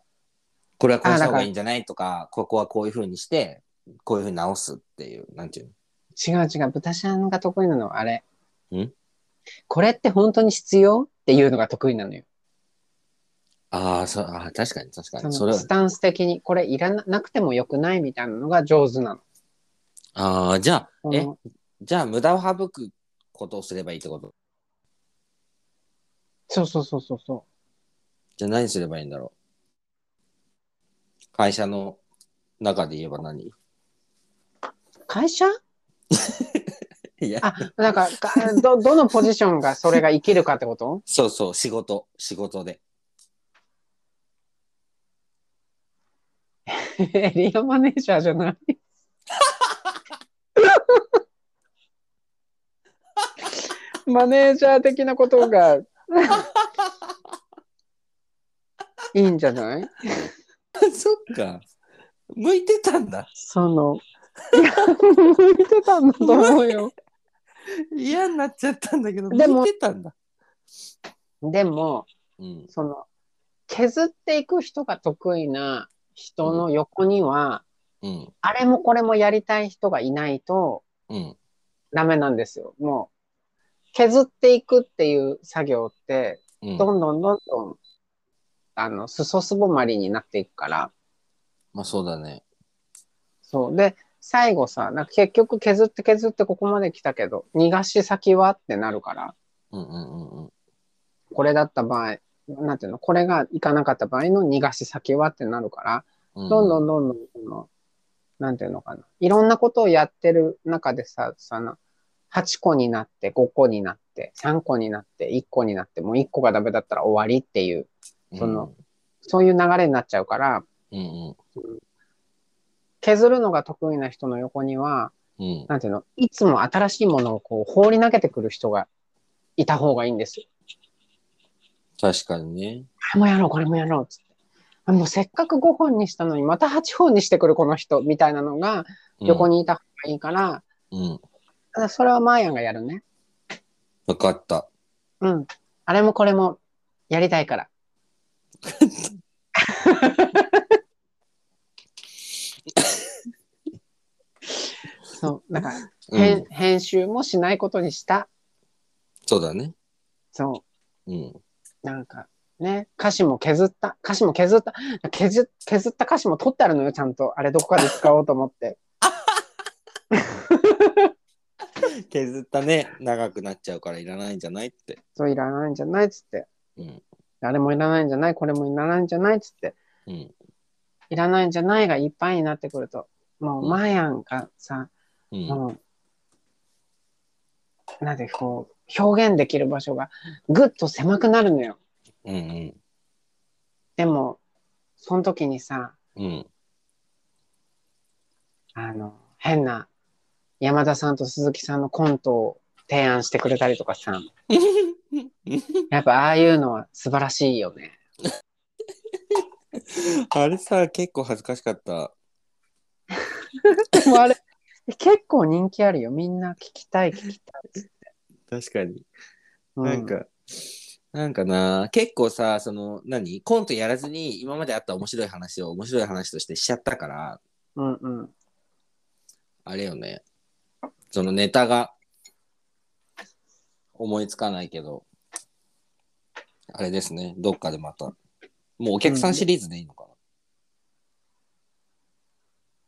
これはこうした方がいいんじゃないとか、ここはこういうふうにして、こういうふうに直すっていう、なんていうの違う違う。豚しゃんが得意なのはあれ。んこれって本当に必要っていうのが得意なのよ。ああ、そう、あー確かに確かそに。それのはス、タンス的に、これいらななくてもよくないみたいなのが上手なの。ああ、じゃあ、そえ、のじゃあ無駄を省くことをすればいいってことそうそうそうそうそ。じゃあ何すればいいんだろう会社の中で言えば何いう会社や、あ、なんかかど、 どのポジションがそれが生きるかってこと そうそう、仕事、仕事で。 エリアマネージャーじゃない マネージャー的なこと がいいんじゃないそっか。向いてたんだ。その、いや、向いてたんだと思うよ。 嫌になっちゃったんだけど、でも向いてたんだ。でも、うん。その、削っていく人が得意な人の横には、うん。あれもこれもやりたい人がいないとうん。ダメなんですよ。もう、削っていくっていう作業って、うん、どんどんどんどん、あの、裾すぼまりになっていくから、まあそうだね。そう。で、最後さ、なんか結局削って削ってここまで来たけど、逃がし先はってなるから、うんうんうんうん。これだった場合、なんていうの、これがいかなかった場合の逃がし先はってなるから、うんどんどんどんどん、その、なんていうのかな。いろんなことをやってる中でさ、その、8個になって、5個になって、3個になって、1個になって、もう1個がダメだったら終わりっていう、その、そういう流れになっちゃうから、うんうん削るのが得意な人の横には、うん。なんていうの、いつも新しいものをこう放り投げてくる人がいた方がいいんですよ。確かにね。あれもやろう、これもやろう、つって。あもうせっかく5本にしたのに、また8本にしてくるこの人、みたいなのが横に。にいた方がいいから、うん。ただそれはマーヤンがやるね。わかった。うん。あれもこれもやりたいから。そう、だから、う編ん。編集もしないことにした。そうだね。そう。うん。なんかね、歌詞も削った、歌詞も削った、削削った歌詞も取ってあるのよ、ちゃんと。あれどこかで使おうと思って。削ったね。長くなっちゃうからいらないんじゃないって。そういらないんじゃないっつって。うん。あれもいらないんじゃない、これもいらないんじゃないっつって。うん。いらないんじゃないがいっぱいになってくると、もう、うんマーヤンがさ、うん。もう、なんでこう、表現できる場所がぐっと狭くなるのよ。うん。でも、その時にさ、うん。あの、変な山田さんと鈴木さんのコントを提案してくれたりとかさ、やっぱああいうのは素晴らしいよね。あれさ、結構恥ずかしかった。で もあれ、結構人気あるよ。みんな聞きたい、聞きたいっつって。確かに。うなんか、、なんかな、結構さ、その、何コントやらずに、今まであった面白い話を面白い話としてしちゃったから、うんうん。あれよね。そのネタが思いつかないけど、あれですね、どっかでまた。もうお客さんシリーズでいいのか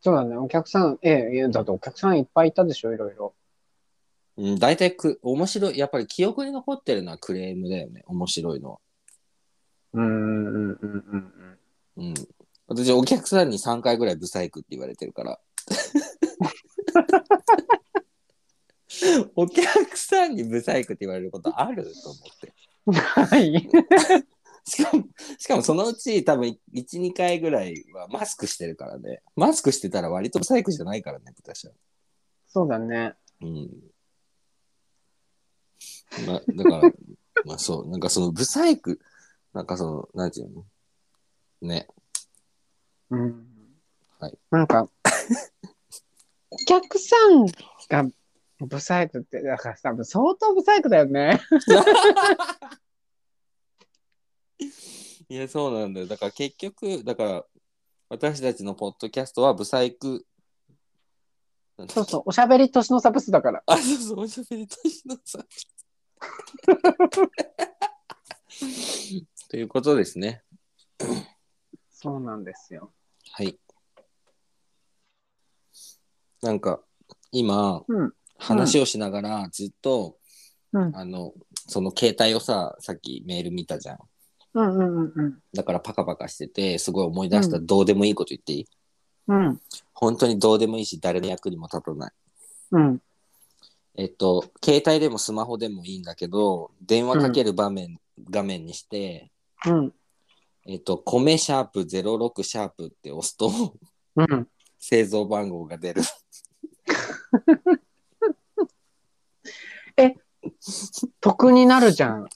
そうだね。お客さん、ええ、いやだってお客さんいっぱいいたでしょ、いろいろ。な、うん、大体く、面白い、やっぱり記憶に残ってるのはクレームだよね、面白いのは。うんうんうんうんうん。私、お客さんに3回ぐらいブサイクって言われてる から。お客さんにブサイクって言われることあると思って。うん。はい。しかも、しかもそのうち多分1、2回ぐらいはマスクしてるからね。マスクしてたら割とブサイクじゃないからね、私は。そうだね。うん。ま、だから、まあそう、なんかそのブサイク、なんかその、なんていうのね。うん。はい。なんか、お客さんがブサイクって、だから多分相当ブサイクだよね。いや、そうなんだよ。だから結局、だから、私たちのポッドキャストは、ブサイク。なんだそうそう、おしゃべり年の差ブスだから。あ、そうそう、おしゃべりとしの さん。ということですね。そうなんですよ。はい。なんか、今、うん。話をしながら、ずっと、うん。あの、その携帯をさ、さっきメール見たじゃん。うんうんうんだからパカパカしてて、すごい思い出した、どうでもいいこと言っていいうん。うん。本当にどうでもいいし、誰の役にも立たない。うん。えっと、携帯でもスマホでもいいんだけど、電話かける場面、画面にして、うん。えっと、米シャープ06シャープって押すと、 うん。製造番号が出る。得になるじゃん。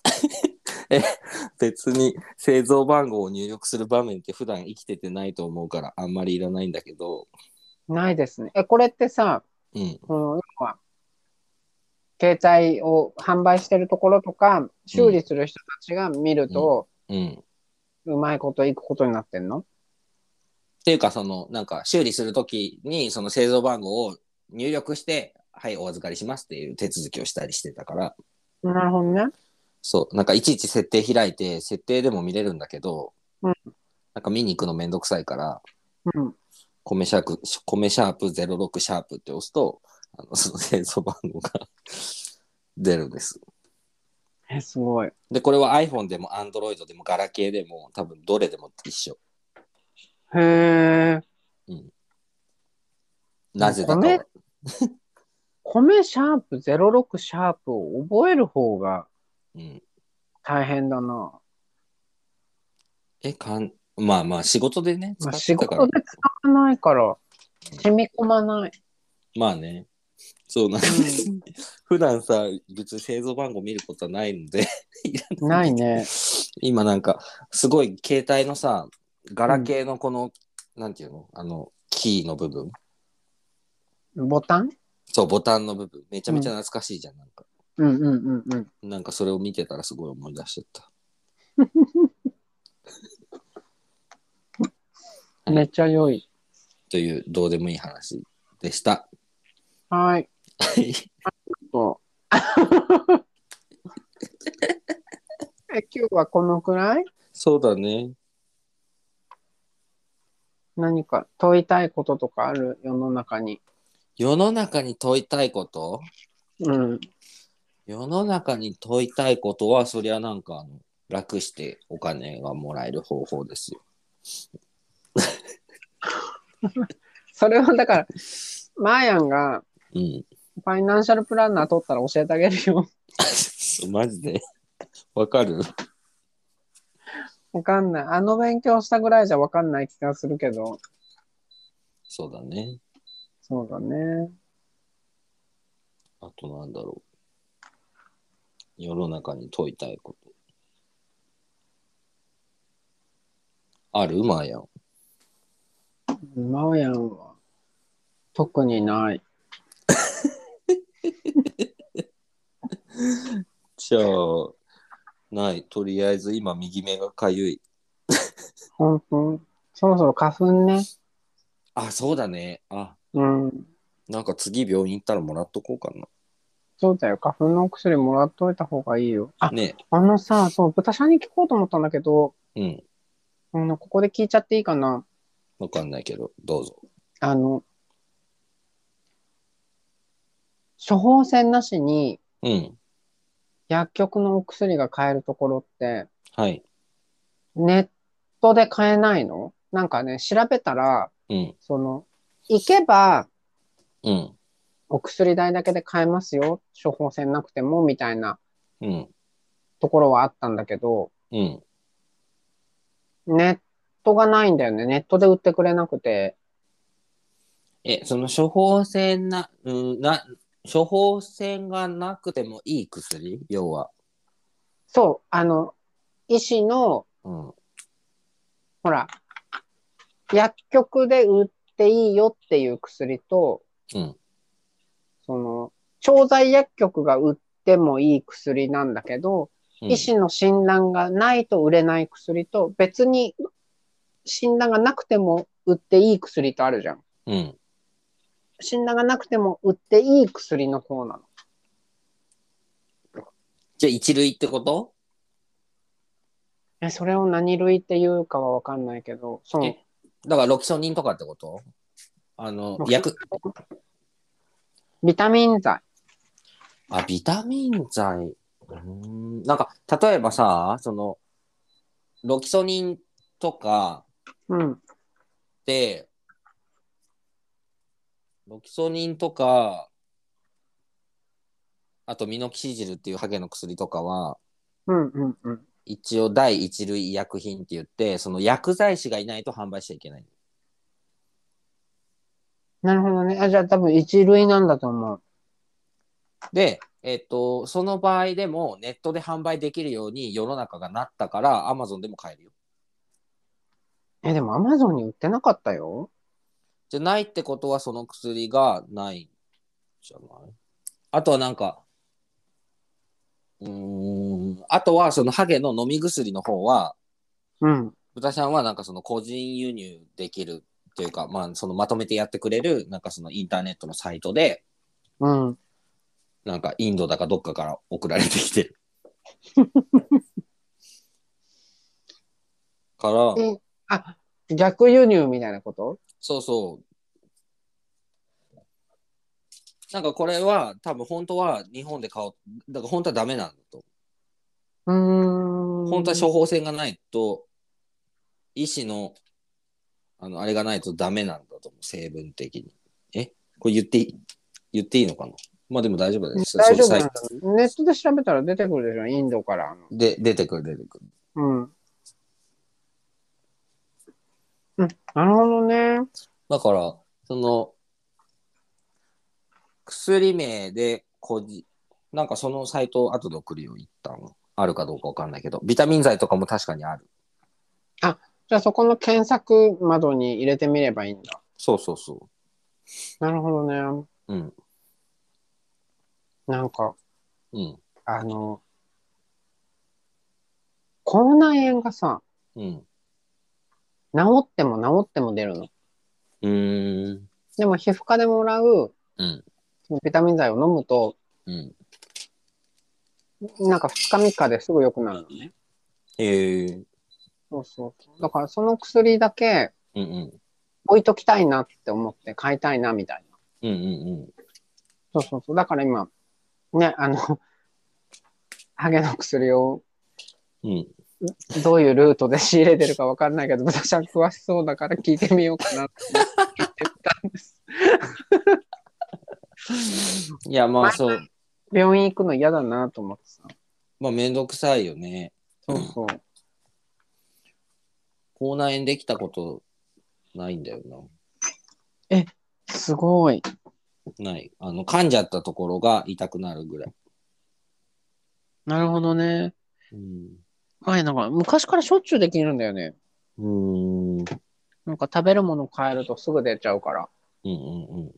別に製造番号を入力する場面って普段生きててないと思うからあんまりいらないんだけど、ないですね。え、これってさ、うん、この要は携帯を販売してるところとか、修理する人たちが見ると、うん。っうまいこといくことになってんのていうか、その、なんか修理するときに、その製造番号を入力して、はい、お預かりしますっていう手続きをしたりしてたから、なるほどね。そう、なんかいちいち設定開いて、設定でも見れるんだけど、うんなんか見に行くのめんどくさいから、うん。米シャープ、米シャープ06シャープって押すと、あのそ の製造番号が出るんです。え、すごい。で、これは iPhone でも Android でもガラケーでも多分どれでも一緒。へえ。なぜだと。米米シャープ06シャープを覚える方がうん、大変だな。え、かん、まあまあ仕事でね、まあ、使仕ってたから事。で使わないから、染み込ま ない。まあね。そう、なんか うん別に、普段さ、別に製造番号見ることはないので いらないね。今なんか、すごい携帯のさ、ガラケーのこの、なんていうのあの、キーの部分。ボタンそう、ボタンの部分。めちゃめちゃ懐かしいじゃん。なんか、うんうんうんうん。なんかそれを見てたらすごい思い出してた。はいめっちゃ良い。という、どうでもいい話でした。 はい。はいそう え、今日はこのくらいそうだね。何か問いたいこととかある世の中に。世の中に問いたいことうん。世の中に問いたいことは、そりゃなんかあの、楽してお金がもらえる方法ですよ。それはだから、マーヤンがうん。ファイナンシャルプランナー取ったら教えてあげるよ。 マジで わかるわかんない。あの勉強したぐらいじゃわかんない気がするけど。そうだね。そうだね。あとなんだろう。世の中に問いたいこと。あるまあやん。マーヤンは特にない。じゃあ、ない。とりあえず今、右目がかゆい。本当そろそろ花粉ね。あ、そうだね。あ、うん。なんか次病院行ったらもらっとこうかそうだよ。花粉のお薬もらっといた方がいいよ。あな。、ね。あのさ、そう、豚舎に聞こうと思ったんだけど、うん。あの、ここで聞いちゃっていいかな。わかんないけど、どうぞ。あの、処方箋なしにうん。薬局のお薬が買えるところって、はい。ネットで買えないのなんかね、調べたら、うん。その、行けばうん。お薬代だけで買えますよ。処方箋なくても、みたいなうん。ところはあったんだけど、うん。ネットがないんだよね。ネットで売ってくれなくて。え、その処方箋な、うん、な、処方箋がなくてもいい薬要は。そう、あの、医師の、うん。はほら、薬局で売っていいよっていう薬と、うんその、調剤薬局が売ってもいい薬なんだけど、医師の診断がないと売れない薬と、別に診断がなくても売っていい薬とあるじゃん。うん。診断がなくても売っていい薬の方なの。じゃあ、一類ってことえ、それを何類っていうかはわかんないけど、そのえ、だから、ロキソニンとかってことあのロ、キ薬、ビタミン剤。あ、ビタミン剤。うーん。なんか、例えばさ、その、ロキソニンとかうん。って、ロキソニンとか、あとミノキシジルっていうハゲの薬とかは、うんうんうん。一応第一類医薬品って言って、その薬剤師がいないと販売しちゃいけない。なるほどね。あじゃあ多分一類なんだと思う。で、えっと、その場合でもネットで販売できるように世の中がなったから、アマゾンでも買えるよ。え、でもアマゾンに売ってなかったよ。じゃないってことは、その薬がないんじゃないあとはなんか、うーん、あとはそのハゲの飲み薬の方は、うん。豚ちゃんはなんかその個人輸入できるというか、まあ、そのまとめてやってくれる、なんかそのインターネットのサイトで、うん。なんかインドだかどっかから送られてきてる。から、えあ、逆輸入みたいなことそうそう。なんかこれは多分本当は日本で買おう。だから本当はダメなんだと。うーん。本当は処方箋がないと、医師の、あの、あれがないとダメなんだと思う。成分的に。えこれ言っていい言っていいのかなまあでも大丈夫です。大丈夫そなうんさいだ。ネットで調べたら出てくるでしょ、インドからの。で、出てくる出てくる。うん。うん、なるほどね。だから、その、薬名で、こじ、なんかそのサイトを後で送るよ、一旦。あるかどうかわかんないけど、ビタミン剤とかも確かにある。じゃあそこの検索窓に入れてみればいいんだ。そうそうそなるほどね。う。うん。なんか、うん。あの、口内炎がさ、うん。治っても治っても出るの。うーん。でも皮膚科でもらう、うんビタミン剤を飲むと、うん。なんか2日3日ですぐ良くなるのね。えー。そうそうそう。だからその薬だけうんうん。置いときたいなって思って買いたいなみたいな。うんうんそうそうそう。だから今、ね、あの、ハゲの薬をうん。うん。どういうルートで仕入れてるかわかんないけど、私は詳しそうだから聞いてみようかなって言って たんです。いや、まあそう。病院行くの嫌だなと思ってさ。まあめんどくさいよね。そうそう。口内炎できたことないんだよすごい。な。ない。あの、噛んじゃったところが痛くなるぐらい。なるほどね。うん。はい、なんか昔からしょっちゅうできるんだよね。うーん。なんか食べるもの変えるとすぐ出ちゃうから。うんうん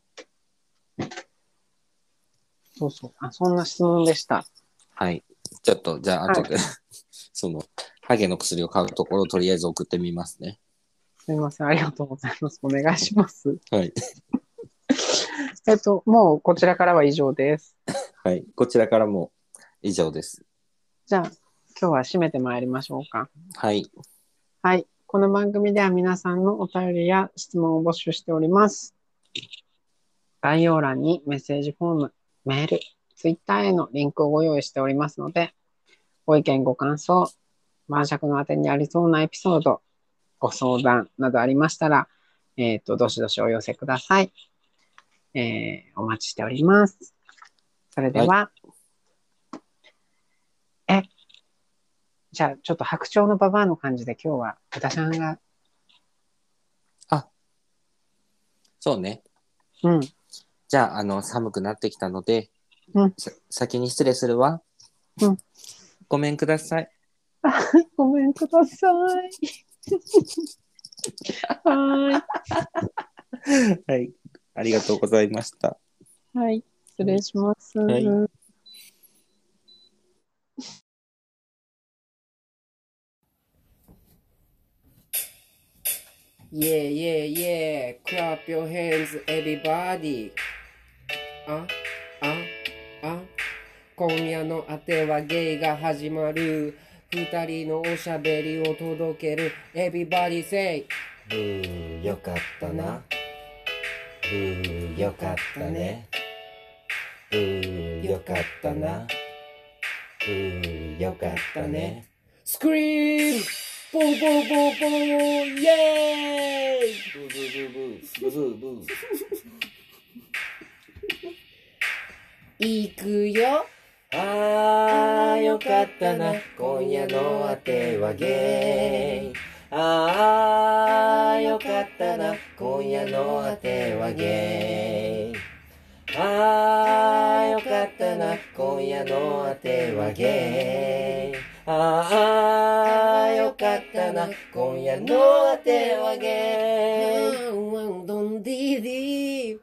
うん。そうそう。あ、そんな質問でした。はい。ちょっと、じゃはあ、い後で、 その、ハゲの薬を買うところをとりあえず送ってみますね。すみません。ありがとうございます。お願いします。はい。 えっと、もうこちらからは以上です。はい。こちらからも以上です。じゃあ、今日は締めてまいりましょうか。はい。はい。この番組では皆さんのお便りや質問を募集しております。概要欄にメッセージフォーム、メール、ツイッターへのリンクをご用意しておりますので、ご意見、ご感想、晩酌のあてにありそうなエピソード、ご相談などありましたら、えっ、と、どしどしお寄せください。えーお待ちしております。それでは、え、じゃあ、ちょっと白鳥のババアの感じで今日は、豚さんが、そうね。うん、じゃあ、あの、寒くなってきたので、うんさ先に失礼するわ。うんごめんください。ごめんくだ さい。ははい。ありがとうございました。い。はい。失礼します。はい Yeah, yeah, yeah. Clap your hands, everybody. あ、あ、あ。今夜のあてはゲイが始まる。二人のおしゃべりを届ける。Everybody say. ブーよかったなブーよかったねブーよかったなブーよかったね Scream! ボーボーボーボーイェーイブーブーブーブーブーブーブー行くよあーよかったな今夜のあてはゲイあーよかったな今夜のあてはゲイあーよかったな今夜のあてはゲイあーよかったな今夜のあてはゲイワンワンドンディディ